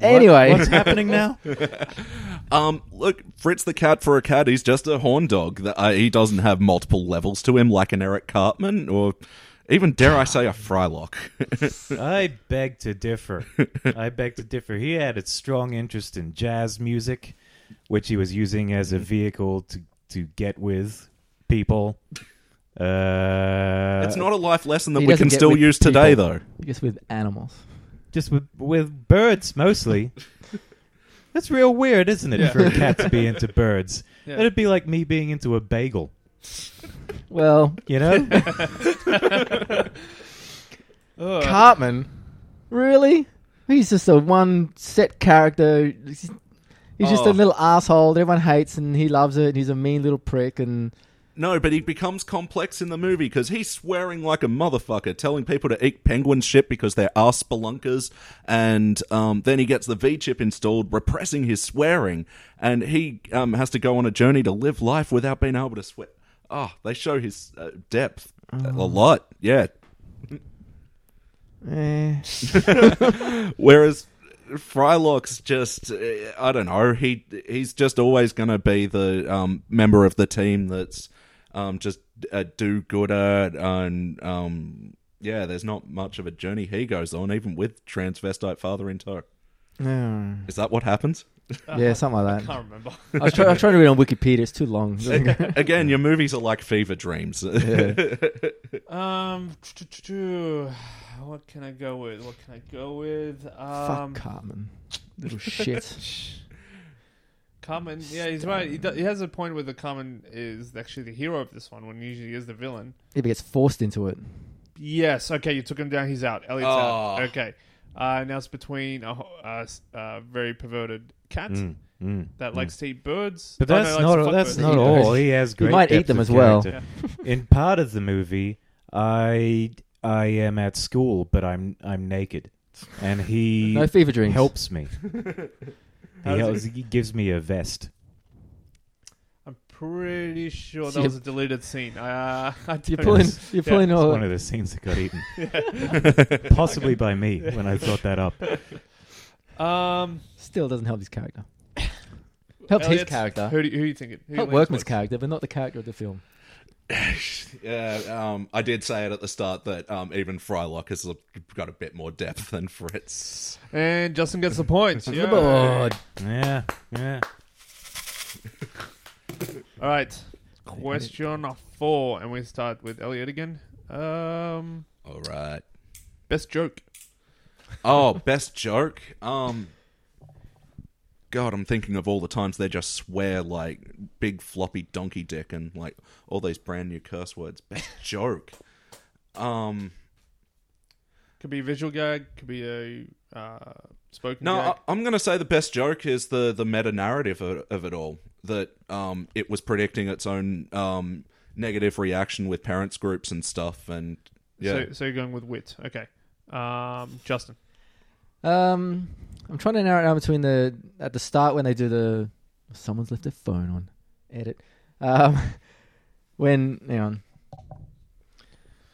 Speaker 3: anyway.
Speaker 4: What's happening now?
Speaker 2: Um, look, Fritz the cat for a cat. He's just a horn dog. That uh, he doesn't have multiple levels to him, like an Eric Cartman, or even dare I say, a Frylock.
Speaker 4: [LAUGHS] I beg to differ. I beg to differ. He had a strong interest in jazz music, which he was using as a vehicle to to get with people. Uh,
Speaker 2: it's not a life lesson that
Speaker 3: He
Speaker 2: we
Speaker 3: doesn't
Speaker 2: can
Speaker 3: get
Speaker 2: still
Speaker 3: with
Speaker 2: use today,
Speaker 3: people.
Speaker 2: though.
Speaker 3: [LAUGHS] I guess with animals.
Speaker 4: just with with birds mostly. That's real weird, isn't it,
Speaker 1: Yeah.
Speaker 4: for a cat to be into birds?
Speaker 1: Yeah. [LAUGHS]
Speaker 4: That'd be like me being into a bagel.
Speaker 3: Well,
Speaker 4: You know?
Speaker 1: Ugh.
Speaker 3: Cartman, really? He's just a one set character. He's just
Speaker 2: Oh.
Speaker 3: a little asshole that everyone hates, and he loves it. And he's a mean little prick, and
Speaker 2: No, but he becomes complex in the movie because he's swearing like a motherfucker, telling people to eat penguin shit because they're ass spelunkers, and um, then he gets the V chip installed, repressing his swearing, and he um, has to go on a journey to live life without being able to Ah, swear. Oh, they show his uh, depth a lot. Yeah,
Speaker 3: Eh.
Speaker 2: Whereas Frylock's just uh, I don't know, he he's just always going to be the um, member of the team that's um, just a do-gooder and um, yeah, there's not much of a journey he goes on even with transvestite father in tow.
Speaker 3: No.
Speaker 2: Is that what happens?
Speaker 3: Yeah, something like
Speaker 1: I
Speaker 3: that.
Speaker 1: can't remember.
Speaker 3: I was, try, I was trying to read on Wikipedia. It's
Speaker 1: [LAUGHS]
Speaker 3: too long.
Speaker 2: Again, your movies are like fever dreams.
Speaker 1: Um, [SIGHS] what can I go with? What can I go with? Um,
Speaker 3: Fuck Cartman. Little shit.
Speaker 1: [LAUGHS] Carmen. Yeah, he's right. He, do, he has a point where the Carmen is actually the hero of this one, when he usually is the villain.
Speaker 3: If he gets forced into it.
Speaker 1: Yes. Okay, you took him down. He's out. Elliot's out.
Speaker 2: Oh.
Speaker 1: Okay. Uh, now it's between a, ho- a s- a very perverted cat
Speaker 3: Hmm.
Speaker 4: Mm, mm.
Speaker 1: that likes to eat birds.
Speaker 4: But
Speaker 1: Oh, no,
Speaker 4: that's
Speaker 1: likes to
Speaker 4: not
Speaker 1: fuck
Speaker 4: that's
Speaker 1: birds.
Speaker 4: not
Speaker 3: He [LAUGHS]
Speaker 4: all.
Speaker 3: does.
Speaker 4: He has great.
Speaker 3: might eat
Speaker 4: depth
Speaker 3: them
Speaker 4: of
Speaker 3: as well.
Speaker 4: character. In part of the movie, I I am at school, but I'm I'm naked, and he
Speaker 3: No fever dreams.
Speaker 1: [LAUGHS]
Speaker 4: helps me.
Speaker 1: How
Speaker 4: he,
Speaker 1: does
Speaker 4: helps, he gives me a vest.
Speaker 1: I'm pretty sure
Speaker 3: So
Speaker 1: that
Speaker 3: you-
Speaker 1: was a deleted scene. Uh, [LAUGHS] I
Speaker 3: You're
Speaker 1: don't-
Speaker 3: pulling.
Speaker 1: Yeah,
Speaker 3: You're pulling
Speaker 4: It's
Speaker 3: all.
Speaker 4: one of the scenes that got
Speaker 1: [LAUGHS]
Speaker 4: eaten, possibly by me when I
Speaker 1: [LAUGHS]
Speaker 4: thought that up.
Speaker 1: Um,
Speaker 3: Still doesn't help his character. Helps his
Speaker 1: Elliot's-
Speaker 3: character.
Speaker 1: Who do you, who you think? Who
Speaker 3: Help
Speaker 1: leans
Speaker 3: Workman's
Speaker 1: towards?
Speaker 3: character, but not the character of the film.
Speaker 2: [LAUGHS] yeah, um, I did say it at the start that um, even Frylock has got a bit more depth than Fritz.
Speaker 1: And Justin gets the point. Yeah.
Speaker 3: Board.
Speaker 4: Yeah, yeah.
Speaker 1: All right. Question four, and we start with Elliot again. Um,
Speaker 2: All right.
Speaker 1: best joke.
Speaker 2: Oh, best joke. Um, God, I'm thinking of all the times they just swear like big floppy donkey dick and like all these brand new curse words. Best [LAUGHS] joke. Um,
Speaker 1: Could be a visual gag. Could be a uh, spoken.
Speaker 2: no,
Speaker 1: gag.
Speaker 2: I, I'm gonna say the best joke is the the meta narrative of, of it all. That um, it was predicting its own um negative reaction with parents groups and stuff, and yeah.
Speaker 1: So, so you're going with wit. Okay. Um, Justin.
Speaker 3: Um, I'm trying to narrow it down between the at the start when they do the someone's left their phone on edit. Um, [LAUGHS] when hang on,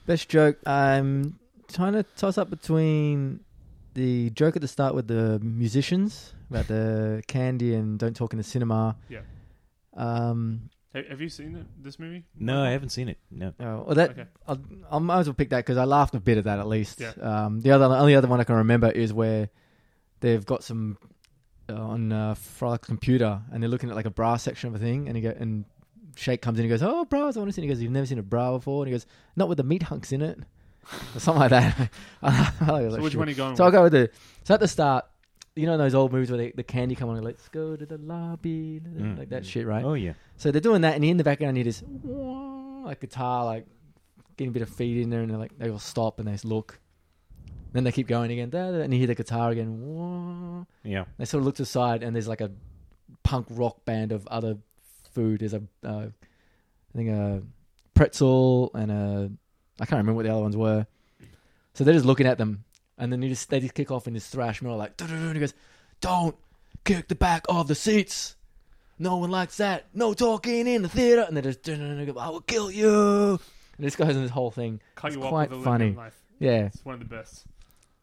Speaker 3: best joke. I'm trying to toss up between the joke at the start with the musicians about the candy and don't talk in the cinema.
Speaker 1: Yeah.
Speaker 3: Um.
Speaker 1: Have, have you seen it- this movie?
Speaker 4: No, I haven't seen it. No.
Speaker 3: Oh, well, that
Speaker 1: Okay.
Speaker 3: I'll, I might as well pick that because I laughed a bit at that at least.
Speaker 1: Yeah.
Speaker 3: Um, the other only other one I can remember is where they've got some uh, on uh, Frolic's computer and they're looking at like a bra section of a thing, and he go and Shake comes in and goes, "Oh, bras, I want to see." And he goes, "You've never seen a bra before," and he goes, "Not with the meat hunks in it," or something like that. [LAUGHS] I was
Speaker 1: So
Speaker 3: like,
Speaker 1: which
Speaker 3: "Sure."
Speaker 1: one are you going
Speaker 3: So I'll
Speaker 1: with?
Speaker 3: go with the so at the start. You know those old movies where they, the candy come on and let's go to the lobby,
Speaker 4: Mm.
Speaker 3: like that shit, right?
Speaker 4: Oh yeah.
Speaker 3: So they're doing that, and in the background, you just like guitar, like getting a bit of feed in there, and they're like they all stop and they just look. Then they keep going again, da, da, and you hear the guitar again. wah.
Speaker 4: Yeah.
Speaker 3: They sort of look to the side, and there's like a punk rock band of other food. There's a, uh, I think a pretzel and a, I can't remember what the other ones were. So they're just looking at them, and then you just they just kick off in this thrash metal like, "Da-da-da," and he goes, "Don't kick the back of the seats." No one likes that. No talking in the theater, and they just, "Da-da-da," go, "I will kill you." And this goes in this whole thing.
Speaker 1: Cut
Speaker 3: It's
Speaker 1: you off
Speaker 3: quite
Speaker 1: with a
Speaker 3: funny.
Speaker 1: funny. Knife.
Speaker 3: Yeah.
Speaker 1: It's one of the best.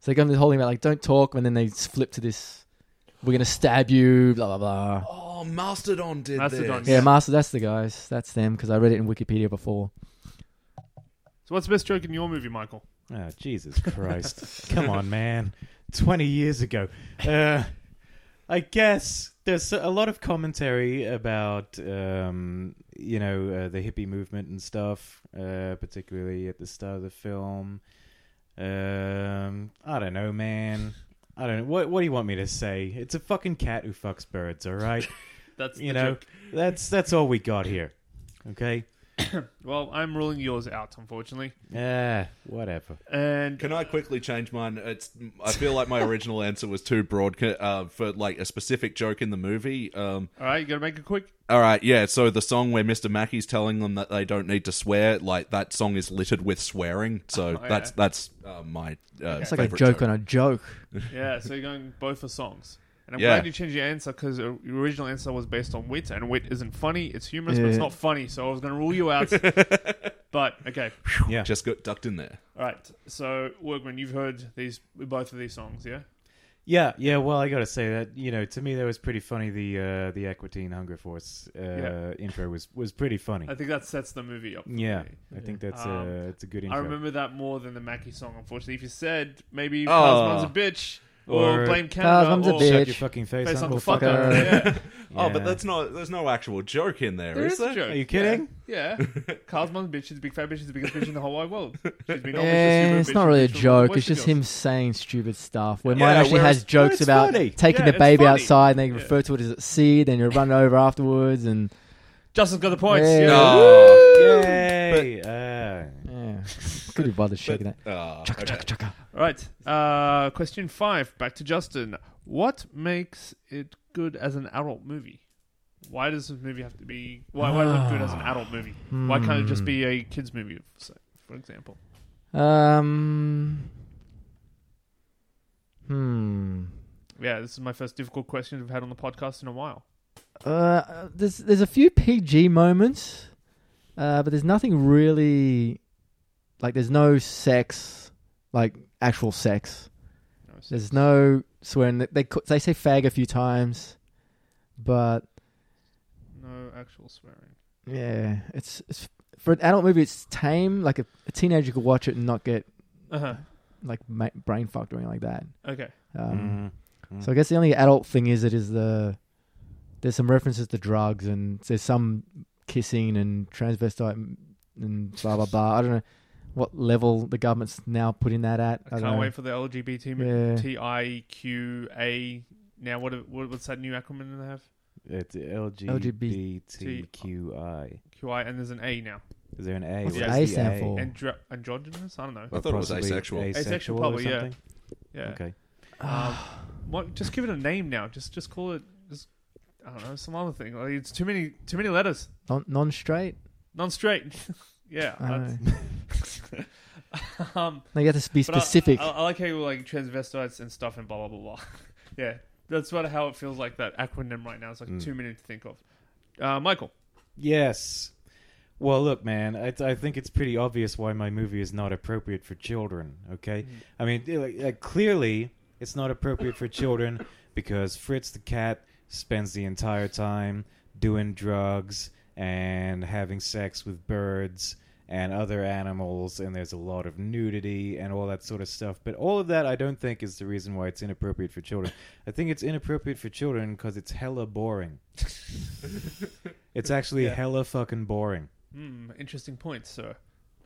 Speaker 3: So they go into the whole thing about like don't talk, and then they flip to this. We're gonna stab you, blah blah blah.
Speaker 2: Oh, Mastodon did
Speaker 1: Mastodon,
Speaker 2: this.
Speaker 3: Yeah, master, that's the guys, that's them, because I read it in Wikipedia before.
Speaker 1: So what's the best joke in your movie, Michael?
Speaker 4: Oh Jesus Christ! Come on, man. Twenty years ago. Uh, I guess there's a lot of commentary about um, you know uh, the hippie movement and stuff, uh, particularly at the start of the film. Um, I don't know, man. I don't know. What What do you want me to say? It's a fucking cat who fucks birds. All right.
Speaker 1: That's
Speaker 4: you know, that's that's all we got here. Okay.
Speaker 1: Well, I'm ruling yours out, unfortunately.
Speaker 4: Yeah. Uh, whatever.
Speaker 1: And
Speaker 2: Can I quickly change mine? It's. I feel like my original answer was too broad ca- uh, for like a specific joke in the movie. Um,
Speaker 1: all right, you gotta make it quick.
Speaker 2: all right, yeah. So the song where Mr. Mackey's telling them that they don't need to swear, like that song is littered with swearing. So
Speaker 1: yeah.
Speaker 2: that's that's uh, my. Uh,
Speaker 3: Oh, It's like a
Speaker 2: favorite
Speaker 3: joke, on a joke.
Speaker 1: Yeah, so you're going both for songs. And I'm
Speaker 2: Yeah.
Speaker 1: glad you changed your answer because your original answer was based on wit, and wit isn't funny. It's humorous, but it's
Speaker 3: Yeah.
Speaker 1: not funny. So I was going to rule you out. But okay,
Speaker 4: Yeah.
Speaker 2: Just got ducked in there.
Speaker 1: all right. So Workman, you've heard these both of these songs, yeah?
Speaker 4: Yeah, yeah. Well, I gotta say that you know, to me, that was pretty funny. The uh, the Aquatine Hunger Force uh,
Speaker 1: Yeah.
Speaker 4: intro was was pretty funny.
Speaker 1: I think that sets the movie up. for
Speaker 4: yeah,
Speaker 1: me.
Speaker 4: I think that's
Speaker 1: Um,
Speaker 4: a it's a good
Speaker 1: I
Speaker 4: intro.
Speaker 1: remember that more than the Mackie song. Unfortunately, if you said maybe
Speaker 2: Oh.
Speaker 1: Tasman's a bitch or,
Speaker 4: Or-
Speaker 1: blame Canada
Speaker 3: Tasman's a
Speaker 1: or
Speaker 4: Shut
Speaker 3: bitch.
Speaker 4: your fucking face,
Speaker 1: face on the
Speaker 4: Uncle
Speaker 1: fucker,
Speaker 3: fucker.
Speaker 1: yeah.
Speaker 2: Oh, but
Speaker 4: Yeah.
Speaker 2: that's not. There's no actual joke in there,
Speaker 1: There
Speaker 2: is
Speaker 1: is a
Speaker 2: there?
Speaker 1: joke.
Speaker 4: Are you kidding?
Speaker 1: Yeah. yeah. Carl's mum's bitch. She's a big fat bitch. She's the biggest bitch in the whole wide world. She's been
Speaker 3: Yeah, it's not really a joke. It's just him saying stupid stuff. Where mine
Speaker 2: Yeah,
Speaker 3: actually
Speaker 2: whereas-
Speaker 3: has jokes
Speaker 4: it's
Speaker 3: about
Speaker 4: funny.
Speaker 3: taking
Speaker 1: Yeah,
Speaker 3: the
Speaker 1: it's
Speaker 3: baby
Speaker 1: funny.
Speaker 3: outside, and they
Speaker 1: Yeah.
Speaker 3: refer to it as a seed, and
Speaker 1: [LAUGHS]
Speaker 3: you're run over afterwards, and
Speaker 1: Justin's got the points.
Speaker 3: Yeah.
Speaker 1: Yeah.
Speaker 2: Oh,
Speaker 4: Yay! uh,
Speaker 3: yeah, could be bothered shaking it.
Speaker 2: oh,
Speaker 3: Chaka
Speaker 2: okay.
Speaker 3: chaka chaka.
Speaker 1: All right. Uh, question five. Back to Justin. What makes it good as an adult movie? Why does this movie have to be? Why, why is it good as an adult movie? Why can't it just be a kids movie, so- for example?
Speaker 3: Hmm. Um. Hmm.
Speaker 1: Yeah, this is my first difficult question I've had on the podcast in a while.
Speaker 3: Uh, there's there's a few PG moments, uh, but there's nothing really like there's no sex, like actual sex.
Speaker 1: No, it's-
Speaker 3: There's no swearing. They they, ca- they say fag a few times, but
Speaker 1: no actual swearing. [LAUGHS]
Speaker 3: yeah, it's, it's for an adult movie. It's tame. Like a, a teenager could watch it and not get
Speaker 1: Uh huh.
Speaker 3: like ma- brain fucked or anything like that.
Speaker 1: Okay.
Speaker 3: Um,
Speaker 4: mm, mm.
Speaker 3: So I guess the only adult thing is it is the there's some references to drugs and there's some kissing and transvestite and blah blah blah. I don't know what level the government's now putting that at.
Speaker 1: I, can't wait for the LGBTQA. Now, what, what what's that new acronym they have?
Speaker 4: it's LGBTQI.
Speaker 1: QI, and there's an A now.
Speaker 4: Is there an A?
Speaker 3: What's
Speaker 1: the
Speaker 4: Where's
Speaker 1: A
Speaker 4: the
Speaker 3: stand
Speaker 4: A?
Speaker 3: for?
Speaker 1: Andro- androgynous? I don't know.
Speaker 2: I thought it was
Speaker 4: Possibly
Speaker 2: asexual.
Speaker 1: Asexual,
Speaker 4: or
Speaker 1: probably, yeah.
Speaker 4: something?
Speaker 1: Yeah.
Speaker 4: Okay.
Speaker 3: Ah,
Speaker 1: Um, what, just give it a name now. Just just call it. Just, I don't know some other thing. Like, it's too many too many letters.
Speaker 3: non non straight.
Speaker 1: Non straight. [LAUGHS] yeah.
Speaker 3: No,
Speaker 1: that's- [LAUGHS] um,
Speaker 3: you have to be
Speaker 1: but uh, I-
Speaker 3: specific.
Speaker 1: I, I, like how you were like transvestites and stuff and blah blah blah [LAUGHS] blah. yeah. That's about how it feels like that acronym right now. It's like
Speaker 4: Mm.
Speaker 1: two minutes to think of. Uh, Michael.
Speaker 4: Yes. Well, look, man, I, I think it's pretty obvious why my movie is not appropriate for children, okay?
Speaker 1: Mm.
Speaker 4: I mean, like, like, clearly, it's not appropriate for children because Fritz the cat spends the entire time doing drugs and having sex with birds and other animals, and there's a lot of nudity and all that sort of stuff. But all of that, I don't think, is the reason why it's inappropriate for children. I think it's inappropriate for children because it's hella boring. It's actually
Speaker 1: Yeah.
Speaker 4: hella fucking boring.
Speaker 1: Hmm, interesting point, sir.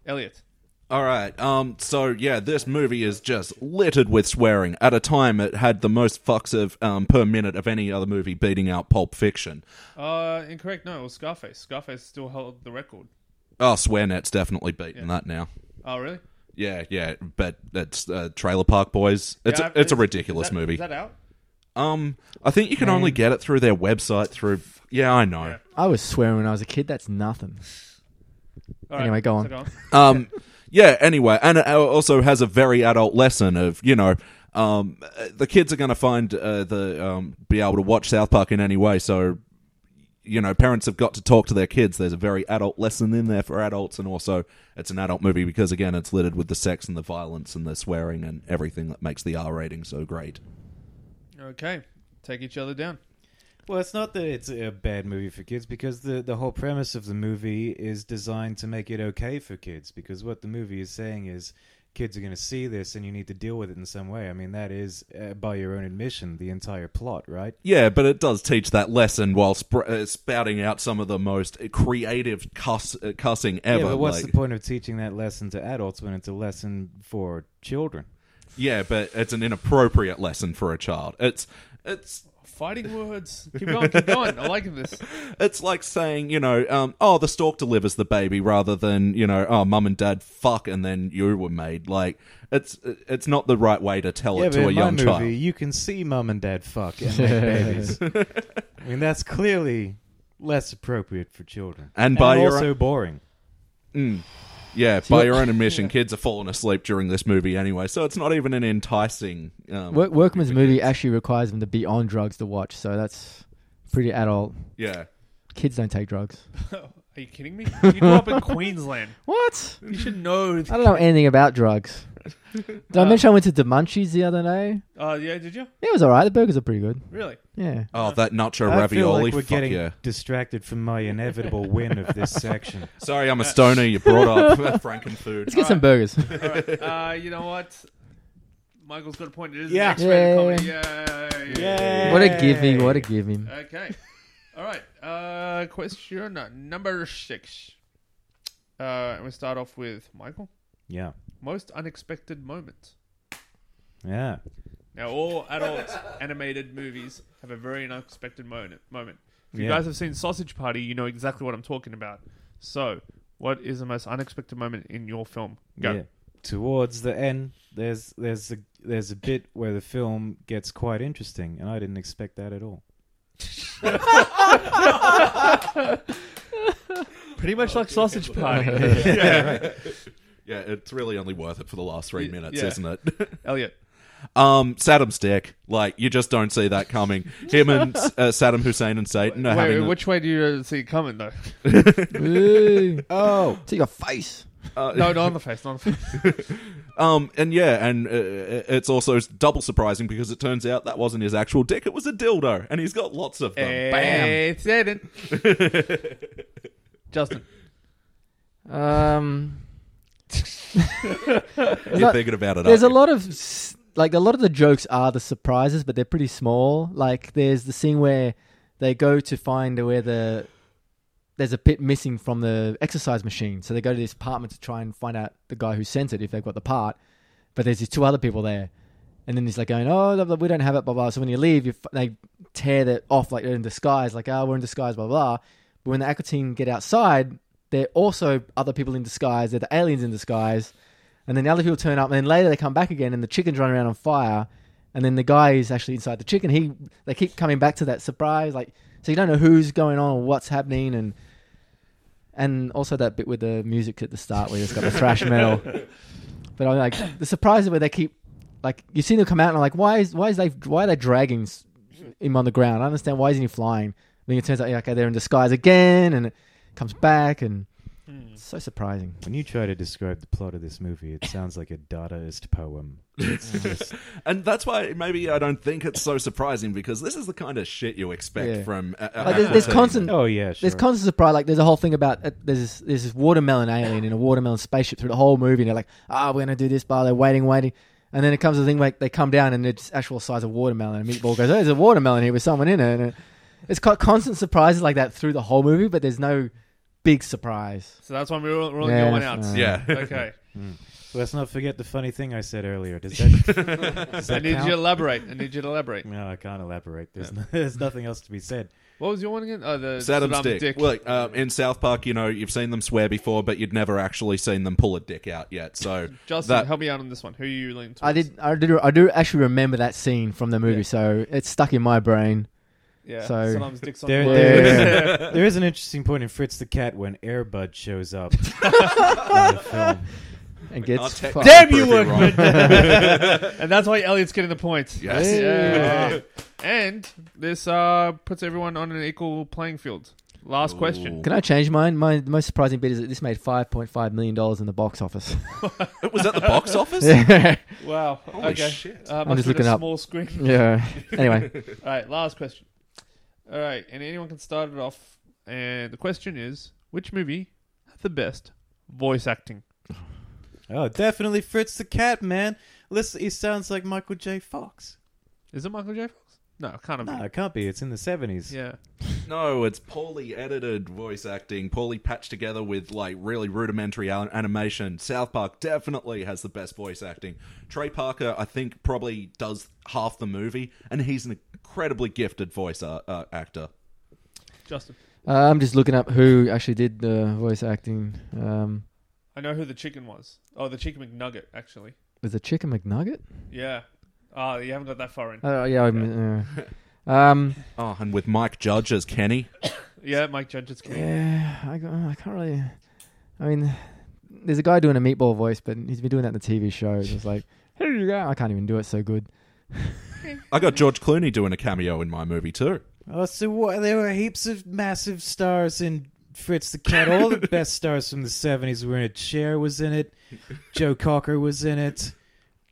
Speaker 1: Elliot.
Speaker 2: All right. Um. So yeah, this movie is just littered with swearing. At a time, it had the most fucks of um, per minute of any other movie, beating out Pulp Fiction.
Speaker 1: Uh, incorrect. No, it was Scarface. Scarface still held the record.
Speaker 2: Oh, SwearNet's definitely beating that now.
Speaker 1: Oh, really?
Speaker 2: Yeah, yeah. But that's uh, Trailer Park Boys. It's
Speaker 1: Yeah,
Speaker 2: a, it's a
Speaker 1: is-
Speaker 2: ridiculous
Speaker 1: is that-
Speaker 2: movie.
Speaker 1: Is that out?
Speaker 2: um, I think you can only
Speaker 3: Man.
Speaker 2: get it through their website. Through yeah, I know.
Speaker 1: Yeah.
Speaker 3: I was swearing when I was a kid. That's nothing.
Speaker 1: All right,
Speaker 3: Anyway, go
Speaker 1: so
Speaker 3: on.
Speaker 2: Um, yeah. Anyway, and it also has a very adult lesson of you know, um, uh, the kids are going to find uh, the um, be able to watch South Park in any way. So, you know, parents have got to talk to their kids. There's a very adult lesson in there for adults, and also it's an adult movie because again, it's littered with the sex and the violence and the swearing and everything that makes the R rating so great.
Speaker 1: Okay, take each other down.
Speaker 4: Well, it's not that it's a bad movie for kids because the, the whole premise of the movie is designed to make it okay for kids because what the movie is saying is kids are going to see this and you need to deal with it in some way. I mean, that is, uh, by your own admission, the entire plot, right?
Speaker 2: Yeah, but it does teach that lesson while sp- uh, spouting out some of the most creative cuss- uh, cussing ever.
Speaker 4: yeah, but what's
Speaker 2: like-
Speaker 4: the point of teaching that lesson to adults when it's a lesson for children?
Speaker 2: Yeah, but it's an inappropriate lesson for a child. It's it's
Speaker 1: Fighting words. Keep going. Keep going. I'm liking this. [LAUGHS]
Speaker 2: it's like saying, you know, um, oh, the stork delivers the baby rather than, you know, oh, mum and dad fuck and then you were made. Like it's it's not the right way to tell
Speaker 4: yeah,
Speaker 2: it
Speaker 4: but
Speaker 2: to a
Speaker 4: in my
Speaker 2: young
Speaker 4: movie,
Speaker 2: child.
Speaker 4: you can see mum and dad fuck
Speaker 2: [LAUGHS]
Speaker 4: and make babies. I mean, that's clearly less appropriate for children
Speaker 2: And by your
Speaker 4: also
Speaker 2: own- mm,
Speaker 4: boring.
Speaker 2: Yeah, by your own admission, kids are falling asleep during this movie anyway, so it's not even an enticing. Um,
Speaker 3: Work, Workman's movie actually requires them to be on drugs to watch, so that's pretty adult.
Speaker 2: yeah.
Speaker 3: Kids don't take drugs.
Speaker 1: Are you kidding me? You grew up in Queensland.
Speaker 3: What?
Speaker 1: You should know.
Speaker 3: I don't know anything about drugs. Did I
Speaker 1: Uh,
Speaker 3: mention I went to DiMuncci's the other day?
Speaker 1: Uh, yeah, did you?
Speaker 3: It was alright. The burgers are pretty good.
Speaker 1: Really?
Speaker 3: Yeah.
Speaker 2: Oh, that nacho
Speaker 4: I feel
Speaker 2: ravioli.
Speaker 4: like we're
Speaker 2: Fuck
Speaker 4: getting [LAUGHS]
Speaker 2: yeah.
Speaker 4: distracted from my inevitable win of
Speaker 2: [LAUGHS]
Speaker 4: this section.
Speaker 2: Sorry, I'm a stoner. You brought up
Speaker 4: [LAUGHS]
Speaker 2: Frankenfood.
Speaker 3: Let's get some burgers.
Speaker 1: All right. Uh, you know what? Michael's got a point. It is
Speaker 4: Yeah.
Speaker 1: an X-rated
Speaker 3: Yay.
Speaker 1: comedy. Yay.
Speaker 4: Yay.
Speaker 3: what a giving! What a giving!
Speaker 1: Okay. All right. Uh, question number six. Uh, and we start off with Michael.
Speaker 4: Yeah.
Speaker 1: Most unexpected moment.
Speaker 4: Yeah.
Speaker 1: Now, all adult animated movies have a very unexpected moment. Moment. If you
Speaker 4: Yeah.
Speaker 1: guys have seen Sausage Party, you know exactly what I'm talking about. So, what is the most unexpected moment in your film? Go.
Speaker 4: Yeah. Towards the end, there's there's a there's a bit where the film gets quite interesting, and I didn't expect that at all.
Speaker 1: [LAUGHS] Pretty much like
Speaker 3: [LAUGHS]
Speaker 1: Sausage Party.
Speaker 2: [LAUGHS] Yeah, it's really only worth it for the last three
Speaker 1: Y-
Speaker 2: minutes,
Speaker 1: yeah.
Speaker 2: isn't it?
Speaker 1: Elliot.
Speaker 2: Um, Saddam's dick. Like, you just don't see that coming. Him
Speaker 3: [LAUGHS]
Speaker 2: and uh, Saddam Hussein and Satan are
Speaker 1: Wait,
Speaker 2: having. a-
Speaker 1: which way do you uh, see it coming, though? [LAUGHS]
Speaker 3: oh, to your face.
Speaker 2: uh,
Speaker 1: No, not on the face, not on the face.
Speaker 2: Um, and yeah, and uh, it's also double surprising because it turns out that wasn't his actual dick; it was a dildo, and he's got lots of them.
Speaker 3: Eh,
Speaker 2: Bam!
Speaker 1: It's it. Justin.
Speaker 3: Um,
Speaker 2: You're
Speaker 3: Look,
Speaker 2: thinking about it.
Speaker 3: there's a
Speaker 2: aren't
Speaker 3: lot of s- like a lot of the jokes are the surprises, but they're pretty small. Like there's the scene where they go to find where the there's a bit missing from the exercise machine, so they go to this apartment to try and find out the guy who sent it if they've got the part. But there's these two other people there, and then he's like going, "Oh, blah, blah, we don't have it, blah blah." So when you leave, you f- they tear that off like they're in disguise, like, "Oh, we're in disguise, blah blah." But when the Aqua team get outside, they're also other people in disguise. They're the aliens in disguise. And then the other people turn up, and then later they come back again, and the chicken's running around on fire. And then the guy is actually inside the chicken. He they keep coming back to that surprise, like so you don't know who's going on or what's happening, and and also that bit with the music at the start where it's got the thrash metal. But I'm like the surprise where they keep like you see them come out, and I'm like, why is why is they why are they dragging s- him on the ground? I understand why isn't he flying? then it turns out yeah, okay, they're in disguise again, and it comes back, and it's so surprising.
Speaker 4: When you try to describe the plot of this movie, it sounds like a
Speaker 1: [LAUGHS]
Speaker 4: Dadaist poem.
Speaker 2: you? And that's why maybe I don't think it's so surprising because this is the kind of shit you expect
Speaker 3: Yeah.
Speaker 2: from. Uh,
Speaker 3: Like, there's, there's constant
Speaker 4: [LAUGHS] Oh yeah, sure.
Speaker 3: There's constant surprise. Like there's a whole thing about uh, there's this, there's this watermelon alien in a watermelon spaceship through the whole movie. And they're like, ah, we're gonna do this, bar. They're waiting, waiting, and then it comes to the thing like they come down and it's actual size of watermelon. And Meatball goes, oh, there's a watermelon here with someone in it. And it, it's got constant surprises like that through the whole movie, but there's no big surprise.
Speaker 1: So that's why we're all- ruling
Speaker 3: Yeah,
Speaker 1: your one out.
Speaker 3: uh,
Speaker 2: Yeah.
Speaker 1: Okay.
Speaker 4: Let's not forget the funny thing I said earlier.
Speaker 1: [LAUGHS]
Speaker 4: Does that? does
Speaker 1: I
Speaker 4: that
Speaker 1: need you
Speaker 4: count?
Speaker 1: to elaborate. I need you to elaborate.
Speaker 4: No, I can't elaborate. There's, no, [LAUGHS] there's nothing else to be said.
Speaker 1: What was your one again? Oh, the
Speaker 2: Saddam's
Speaker 1: Saddam
Speaker 2: dick. Look, um, in South Park, you know, you've seen them swear before, but you'd never actually seen them pull a dick out yet. So
Speaker 1: Justin,
Speaker 2: that-
Speaker 1: help me out on this one. Who are you leaning towards?
Speaker 3: I did, I did, I do actually remember that scene from the movie, so it's stuck in my brain.
Speaker 1: Yeah.
Speaker 3: so-
Speaker 1: Saddam's dick's on
Speaker 4: There,
Speaker 1: the- [LAUGHS]
Speaker 4: there is, there is an interesting point in Fritz the Cat when Airbud
Speaker 1: [LAUGHS]
Speaker 4: shows up. in the film.
Speaker 3: And
Speaker 2: I'll
Speaker 3: gets
Speaker 2: take-
Speaker 3: fucked.
Speaker 1: Damn you,
Speaker 2: Prove wrong.
Speaker 1: and that's why Elliot's getting the points.
Speaker 2: Yes.
Speaker 1: Yeah. and this uh, puts everyone on an equal playing field. Last question. [LAUGHS]
Speaker 3: Can I change mine? My most surprising bit is that this made five point five million dollars in the box office.
Speaker 2: It was at the box office.
Speaker 1: Wow.
Speaker 2: Holy
Speaker 1: okay.
Speaker 2: shit.
Speaker 1: Uh, must
Speaker 3: just
Speaker 1: have been
Speaker 3: looking
Speaker 1: a
Speaker 3: up.
Speaker 1: Small screen.
Speaker 3: [LAUGHS]
Speaker 1: [LAUGHS]
Speaker 3: yeah. Anyway.
Speaker 1: All right, last question. All right, and anyone can start it off. And the question is, which movie had the best voice acting?
Speaker 4: Oh, definitely Fritz the Cat, man. Listen, he sounds like Michael J. Fox.
Speaker 1: Is it Michael J. Fox? No, it can't have
Speaker 4: No,
Speaker 1: been.
Speaker 4: it can't be. It's in the seventies.
Speaker 1: Yeah,
Speaker 2: No, it's poorly edited voice acting, poorly patched together with like really rudimentary al- animation. South Park definitely has the best voice acting. Trey Parker, I think, probably does half the movie, and he's an incredibly gifted voice uh, uh, actor.
Speaker 1: Justin.
Speaker 3: Uh, I'm just looking up who actually did the voice acting. Um,
Speaker 1: I know who the chicken was. Oh, the chicken McNugget, actually.
Speaker 3: was it Chicken McNugget?
Speaker 1: Yeah. Ah, you haven't got that far in.
Speaker 3: Oh yeah. I'm,
Speaker 1: [LAUGHS]
Speaker 3: uh, um,
Speaker 2: Oh, and with Mike Judge as Kenny,
Speaker 1: Yeah, Mike Judge. It's Kenny.
Speaker 3: yeah, I, go- I can't really. I mean, there's a guy doing a meatball voice, but he's been doing that in the TV show. It's like, here you go. I can't even do it so good.
Speaker 2: I got George Clooney doing a cameo in my movie too.
Speaker 4: Oh, so what? There were heaps of massive stars in Fritz the Cat. All
Speaker 1: [LAUGHS]
Speaker 4: the best stars from the seventies were in it. Cher was in it. Joe Cocker was in it.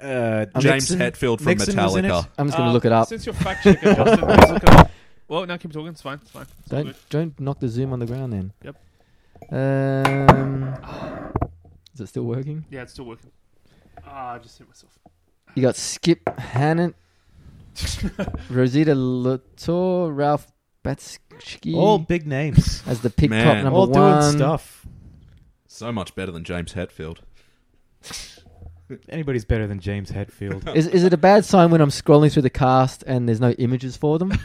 Speaker 4: Uh,
Speaker 2: James
Speaker 4: Nixon-
Speaker 2: Hetfield from
Speaker 4: Nixon was in it.
Speaker 2: Metallica.
Speaker 3: I'm just going to
Speaker 1: Uh,
Speaker 3: look it up.
Speaker 1: Since you're fact checker, Justin, please look it up. Well, now keep talking. It's fine. It's fine. It's all
Speaker 3: [LAUGHS] Don't
Speaker 1: good.
Speaker 3: don't knock the zoom on the ground then.
Speaker 1: Yep.
Speaker 3: Um, is it still working?
Speaker 1: Yeah, it's still working. Ah, I just hit myself.
Speaker 3: You got Skip Hannett, Rosita Latour, Ralph Batsky
Speaker 4: All big names.
Speaker 3: as the pick
Speaker 2: Man.
Speaker 3: top number
Speaker 4: all
Speaker 3: one.
Speaker 4: doing stuff.
Speaker 2: So much better than James Hetfield.
Speaker 4: Anybody's better than James Hetfield.
Speaker 3: Is is it a bad sign when I'm scrolling through the cast and there's no images for them? [LAUGHS] is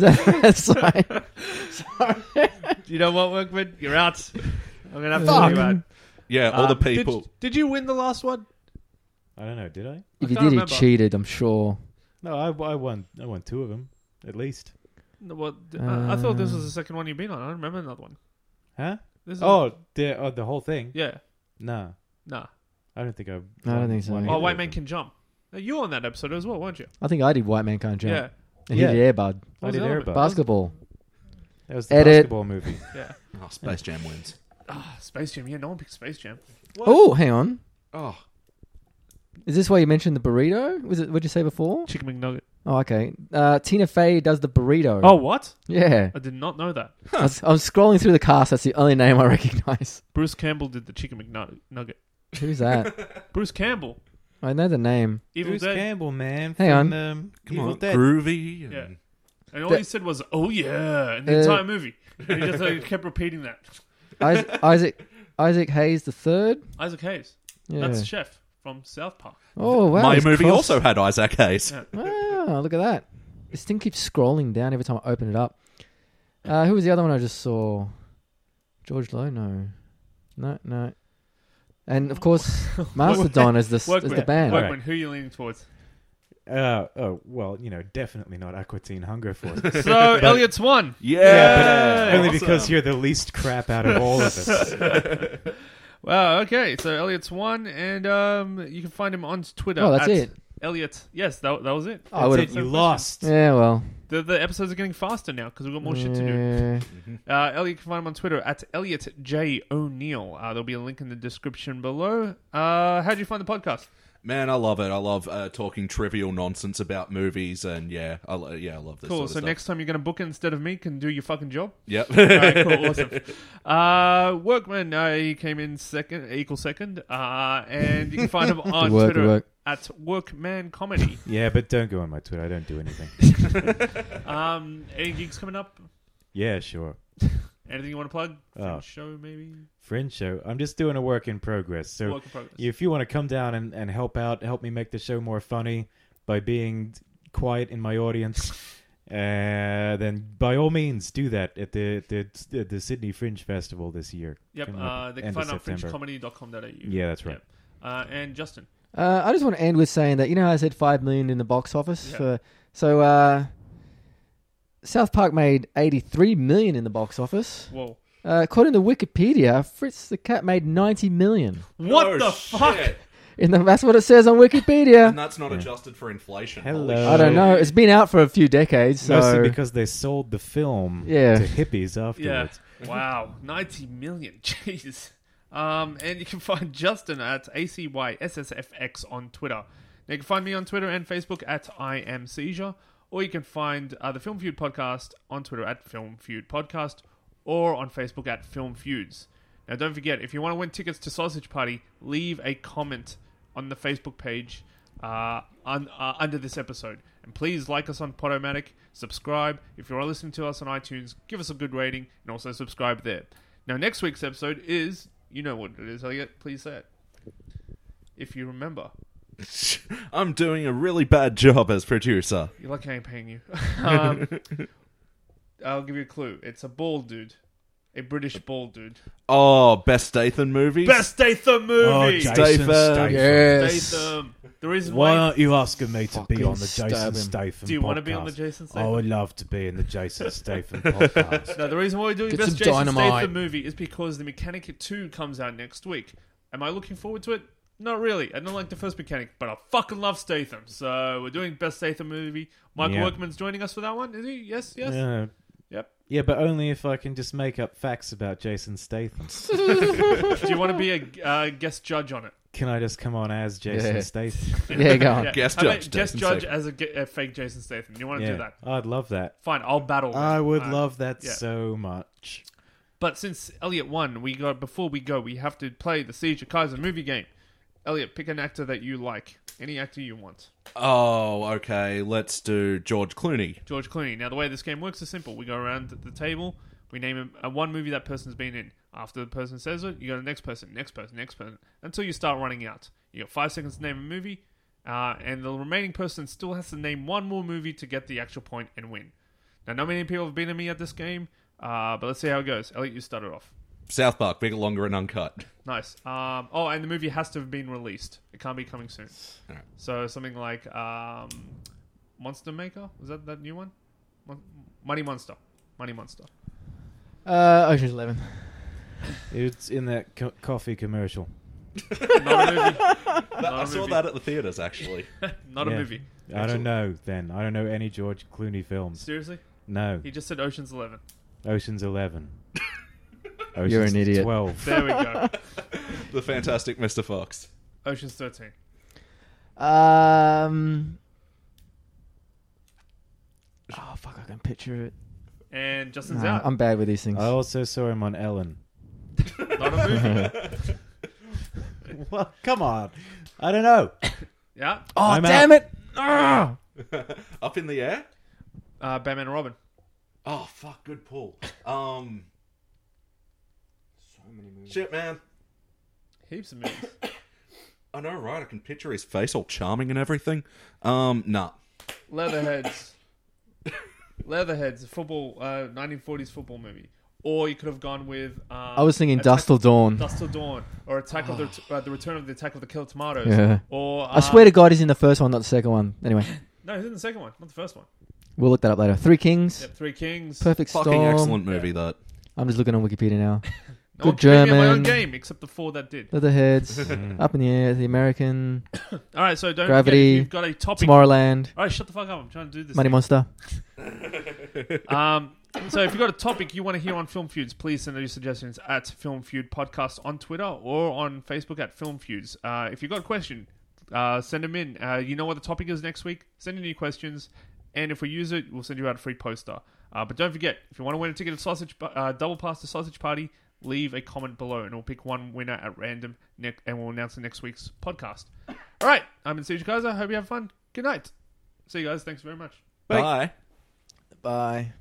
Speaker 3: that [LAUGHS] a bad sign?
Speaker 1: You know what, Workman? You're out. I'm gonna have to
Speaker 3: Fuck.
Speaker 1: think about. it.
Speaker 2: Yeah,
Speaker 4: Uh,
Speaker 2: all the
Speaker 1: Um, did-
Speaker 2: people.
Speaker 1: Did, you win the last one?
Speaker 4: I don't know. Did I?
Speaker 1: I
Speaker 3: If you
Speaker 1: can't
Speaker 3: did, you
Speaker 1: remember.
Speaker 3: cheated. I'm sure.
Speaker 4: No, I, I won. I won two of them at least.
Speaker 1: No, Well, th-
Speaker 3: Uh,
Speaker 1: I- I thought this was the second one you've been on. I don't remember another one.
Speaker 4: Huh?
Speaker 1: This is
Speaker 4: Oh, the oh, the whole thing.
Speaker 1: yeah,
Speaker 4: Nah,
Speaker 1: nah.
Speaker 4: I don't think I. won-
Speaker 3: I don't think so.
Speaker 4: won
Speaker 3: Yeah,
Speaker 1: Oh,
Speaker 4: either
Speaker 1: White
Speaker 4: of
Speaker 1: Man
Speaker 4: them.
Speaker 1: Can Jump. Now, you were on that episode as well, weren't you?
Speaker 3: I think I did White Man Can't Jump.
Speaker 1: Yeah,
Speaker 3: And
Speaker 4: Yeah.
Speaker 3: he did Airbud.
Speaker 4: I
Speaker 1: What was
Speaker 4: did
Speaker 1: the other
Speaker 4: Airbud.
Speaker 1: one?
Speaker 3: Basketball.
Speaker 4: That was the
Speaker 3: Edit.
Speaker 4: basketball movie.
Speaker 1: yeah.
Speaker 2: Oh, Space Jam wins.
Speaker 1: Ah, Space Jam. Yeah, no one picked Space Jam.
Speaker 3: Oh, hang on.
Speaker 2: Oh,
Speaker 3: Is this why you mentioned the burrito? Was it? What'd you say before?
Speaker 1: Chicken McNugget.
Speaker 3: Oh, okay. Uh, Tina Fey does the burrito.
Speaker 1: Oh, what? [LAUGHS]
Speaker 3: yeah.
Speaker 1: I did not know that.
Speaker 3: I was, I'm scrolling through the cast. That's the only name I recognize.
Speaker 1: Bruce Campbell did the Chicken McNugget.
Speaker 3: Who's that?
Speaker 1: Bruce Campbell.
Speaker 3: I know the name.
Speaker 1: Evil
Speaker 4: Bruce
Speaker 1: Dead.
Speaker 4: Campbell, man.
Speaker 3: Hang on.
Speaker 4: from, Um,
Speaker 2: come
Speaker 4: Evil
Speaker 2: on,
Speaker 4: Dead.
Speaker 2: groovy.
Speaker 1: Yeah.
Speaker 2: and-
Speaker 1: And all
Speaker 3: That-
Speaker 1: he said was, "Oh yeah," in the
Speaker 3: Uh,
Speaker 1: entire movie. And he just
Speaker 3: [LAUGHS]
Speaker 1: like, kept repeating that. [LAUGHS]
Speaker 3: Isaac Isaac, Isaac Hayes the third.
Speaker 1: Isaac Hayes.
Speaker 3: Yeah.
Speaker 1: That's Chef from South Park.
Speaker 3: oh wow.
Speaker 2: My
Speaker 3: it's
Speaker 2: movie
Speaker 3: crossed.
Speaker 2: also had Isaac Hayes.
Speaker 1: Yeah.
Speaker 3: Ah, look at that. This thing keeps scrolling down every time I open it up. Uh, who was the other one I just saw? George Lowe? No. No, no. And of
Speaker 1: [LAUGHS]
Speaker 3: course, Mastodon is the, is
Speaker 1: Workman.
Speaker 3: the band.
Speaker 1: Workman.
Speaker 4: Alright.
Speaker 1: Who are you leaning towards?
Speaker 4: Uh, oh well, you know, definitely not Aqua Teen Hunger Force. yeah,
Speaker 1: So Elliot's won.
Speaker 4: but uh, only
Speaker 2: Awesome.
Speaker 4: because you're the least crap out of all of us.
Speaker 1: Wow. Okay. So Elliot's won, and um, you can find him on Twitter.
Speaker 3: Oh, that's
Speaker 1: at
Speaker 3: it.
Speaker 1: Elliot. Yes, that, that was it.
Speaker 3: I
Speaker 4: That's
Speaker 3: would've-
Speaker 4: it. You lost.
Speaker 3: Yeah, well.
Speaker 1: The, the episodes are getting faster now because we've got more shit to do.
Speaker 3: Yeah.
Speaker 1: Uh, Elliot can find him on Twitter at Elliot J O'Neill. Uh, there'll be a link in the description below. Uh, how do you find the podcast?
Speaker 2: Man, I love it. I love uh, talking trivial nonsense about movies, and yeah, I lo- yeah, I love this.
Speaker 1: Cool.
Speaker 2: sort of
Speaker 1: So
Speaker 2: stuff.
Speaker 1: next time you're going to book it instead of me, can do your fucking
Speaker 4: [LAUGHS]
Speaker 1: job.
Speaker 2: yep.
Speaker 1: All right, cool, awesome. Uh, Workman, uh, he came in second, equal second, uh, and you can find
Speaker 3: [LAUGHS]
Speaker 1: him on
Speaker 3: work,
Speaker 1: Twitter
Speaker 3: good work.
Speaker 1: at Workman Comedy.
Speaker 4: Yeah, but don't go on my Twitter. I don't do anything.
Speaker 1: Um, any gigs coming up?
Speaker 4: yeah, sure.
Speaker 1: Anything you want to plug?
Speaker 4: Oh.
Speaker 1: Fringe Show maybe.
Speaker 4: Fringe show. I'm just doing a work in progress. So
Speaker 1: Work in progress.
Speaker 4: if you want to come down and, and help out, help me make the show more funny by being quiet in
Speaker 1: [LAUGHS]
Speaker 4: my audience, uh, then by all means do that at the the the, the Sydney Fringe Festival this year.
Speaker 1: Yep.
Speaker 4: Coming up
Speaker 1: Uh, they can
Speaker 4: end of
Speaker 1: find out
Speaker 4: September.
Speaker 1: fringecomedy.com.au.
Speaker 4: Yeah, that's right.
Speaker 1: Yep. Uh, and Justin.
Speaker 3: Uh, I just want to end with saying that you know how I said five million in the box office
Speaker 1: Yeah.
Speaker 3: for so uh, South Park made eighty three million in the box office.
Speaker 1: Whoa.
Speaker 3: Uh, according to Wikipedia, Fritz the Cat made ninety million.
Speaker 1: What
Speaker 2: Oh,
Speaker 1: the
Speaker 2: shit.
Speaker 1: fuck?
Speaker 3: And the, that's what it says on
Speaker 2: [LAUGHS]
Speaker 3: Wikipedia.
Speaker 2: And that's not adjusted for inflation.
Speaker 4: Hello.
Speaker 2: Holy
Speaker 3: I don't
Speaker 2: shit.
Speaker 3: know. It's been out for a few decades, so
Speaker 4: Mostly because they sold the film
Speaker 3: Yeah.
Speaker 4: to hippies
Speaker 1: Yeah. [LAUGHS]
Speaker 4: afterwards.
Speaker 1: wow. 90 million. [LAUGHS] Jeez. Um, and you can find [LAUGHS] Justin at ACYSSFX on Twitter. Now you can find me on Twitter and Facebook at I Am Seizure, or you can find uh, the Film Feud podcast on Twitter at Film Feud Podcast, or on Facebook at Film Feuds. Now don't forget, if you want to win tickets to Sausage Party, leave a comment on the Facebook page uh, un, uh, under this episode. And please like us on Podomatic, subscribe. If you are listening to us on iTunes, give us a good rating and also subscribe there. Now, next week's episode is you know what it is, Elliot. Please say it. If you remember,
Speaker 2: I'm doing a really bad job as producer.
Speaker 1: you're lucky I ain't paying you. [LAUGHS] um, I'll give you a clue. It's a bald dude, a British bald dude.
Speaker 2: Oh, best Statham movies.
Speaker 1: Best Statham
Speaker 4: Oh,
Speaker 1: movie.
Speaker 2: Jason Statham.
Speaker 3: yes.
Speaker 1: Statham. The reason
Speaker 4: Why
Speaker 1: why.
Speaker 4: aren't you asking me to be
Speaker 3: Fucking
Speaker 4: on the Jason
Speaker 3: stab him.
Speaker 4: Statham
Speaker 1: Do you
Speaker 4: podcast? Oh,
Speaker 1: wanna be on the Jason Statham?
Speaker 4: I would love to be in
Speaker 1: [LAUGHS]
Speaker 4: the Jason Statham podcast.
Speaker 1: No, the reason why we're doing
Speaker 3: Get
Speaker 1: Best
Speaker 3: some
Speaker 1: Jason
Speaker 3: dynamite.
Speaker 1: Statham movie is because The Mechanic 2 comes out next week. Am I looking forward to it? Not really. I don't like the first Mechanic, but I fucking love Statham. So we're doing Best Statham movie. Michael
Speaker 4: Yeah.
Speaker 1: Workman's joining us for that one, is he? Yes, yes.
Speaker 4: Yeah.
Speaker 1: Yep.
Speaker 4: Yeah, but only if I can just make up facts about
Speaker 1: [LAUGHS]
Speaker 4: Jason Statham.
Speaker 1: Do you want to be a uh, guest judge on it?
Speaker 4: Can I just come on as Jason
Speaker 3: Yeah. [LAUGHS]
Speaker 4: Statham?
Speaker 1: [LAUGHS]
Speaker 3: Yeah, go on.
Speaker 2: Guest
Speaker 1: Have a
Speaker 2: judge,
Speaker 1: Guest
Speaker 2: Jason
Speaker 1: judge
Speaker 2: Statham.
Speaker 1: as a, ge- a fake Jason Statham. You want to
Speaker 4: yeah,
Speaker 1: do that?
Speaker 4: I'd love that.
Speaker 1: Fine, I'll battle. that.
Speaker 4: I would
Speaker 1: Uh,
Speaker 4: love that
Speaker 1: yeah.
Speaker 4: so much.
Speaker 1: But since Elliot won, we go before we go. We have to play the Siege of Kaiser movie game. Elliot, pick an actor that you like. Any actor you want.
Speaker 2: Oh, okay. Let's do George Clooney.
Speaker 1: George Clooney. Now the way this game works is simple. We go around the table. We name a, one movie that person's been in. After the person says it, you go to the next person, next person, next person, until you start running out. You got five seconds to name a movie, uh, and the remaining person still has to name one more movie to get the actual point and win. Now, not many people have been at me at this game, uh, but let's see how it goes. Elliot, you started off.
Speaker 2: South Park, bigger, longer, and uncut.
Speaker 1: Nice. Um, oh, and the movie has to have been released. It can't be coming soon.
Speaker 2: Alright.
Speaker 1: So something like um, Monster Maker was that that new one? Mon- Money Monster. Money Monster.
Speaker 3: Uh, Ocean's Eleven.
Speaker 4: It's in that co- coffee commercial.
Speaker 1: Not a movie. [LAUGHS]
Speaker 2: That- I
Speaker 1: a
Speaker 2: saw
Speaker 1: movie.
Speaker 2: that at the theaters, actually.
Speaker 1: Not a
Speaker 4: Yeah.
Speaker 1: movie.
Speaker 4: I don't know. Then I don't know any George Clooney films.
Speaker 1: Seriously,
Speaker 4: No,
Speaker 1: he just said Ocean's Eleven. [LAUGHS]
Speaker 4: Ocean's Eleven. Ocean's
Speaker 3: You're an idiot.
Speaker 4: [LAUGHS] Twelve.
Speaker 1: There we go.
Speaker 2: the Fantastic Mr. Fox.
Speaker 1: Ocean's Thirteen.
Speaker 3: Um. Oh fuck! I can picture it.
Speaker 1: And Justin's
Speaker 3: Nah,
Speaker 1: out.
Speaker 3: I'm bad with these things.
Speaker 4: I also saw him on Ellen.
Speaker 1: Not a movie.
Speaker 3: [LAUGHS]
Speaker 4: Well, come on. I don't know.
Speaker 1: yeah.
Speaker 3: oh
Speaker 4: I'm
Speaker 3: damn it! Ah!
Speaker 2: Up in the air?
Speaker 1: Uh, Batman and Robin.
Speaker 2: Oh, fuck. Good pull. Um. So many movies. Shit, man.
Speaker 1: Heaps of movies.
Speaker 2: I know, right? I can picture his face all charming and everything. Um, nah.
Speaker 1: Leatherheads. Leatherheads, a football, uh, 1940s football movie. Or you could have gone with. Um,
Speaker 3: I was thinking
Speaker 1: Attack-
Speaker 3: Dust Till Dawn.
Speaker 1: Dust Till Dawn, or Attack of
Speaker 3: [SIGHS]
Speaker 1: the uh, the Return of the Attack of the Killer Tomatoes,
Speaker 3: Yeah.
Speaker 1: or uh,
Speaker 3: I swear to God, he's in the first one, not the second one. Anyway,
Speaker 1: no, he's in the second one, not the first one.
Speaker 3: we'll look that up later. Three Kings,
Speaker 1: Yep, Three Kings.
Speaker 3: Perfect
Speaker 2: Fucking
Speaker 3: Storm.
Speaker 2: excellent movie, that.
Speaker 3: I'm just looking on Wikipedia now.
Speaker 1: No one
Speaker 3: Good
Speaker 1: beat me at My own
Speaker 3: German.
Speaker 1: game, except the four that did.
Speaker 3: Leatherheads, Up in the Air, The American,
Speaker 1: All right, so don't
Speaker 3: Gravity,
Speaker 1: forget, you've got a topic.
Speaker 3: Tomorrowland,
Speaker 1: All right, shut the fuck up. I'm trying to do this.
Speaker 3: Money Monster.
Speaker 1: [LAUGHS] Um, so if you've got a topic you want to hear on Film Feuds, please send your suggestions at Film Feud Podcast on Twitter or on Facebook at Film Feuds. Uh, if you've got a question, uh, send them in. Uh, you know what the topic is next week. Send in your questions, and if we use it, we'll send you out a free poster. Uh, but don't forget, if you want to win a ticket to Sausage Pa- uh, Double Pass to Sausage Party, leave a comment below, and we'll pick one winner at random, ne- and we'll announce the next week's podcast. All right, I'm in Siege Kaiser. Hope you have fun. Good night. See you guys. Thanks very much.
Speaker 2: Bye.
Speaker 3: Bye.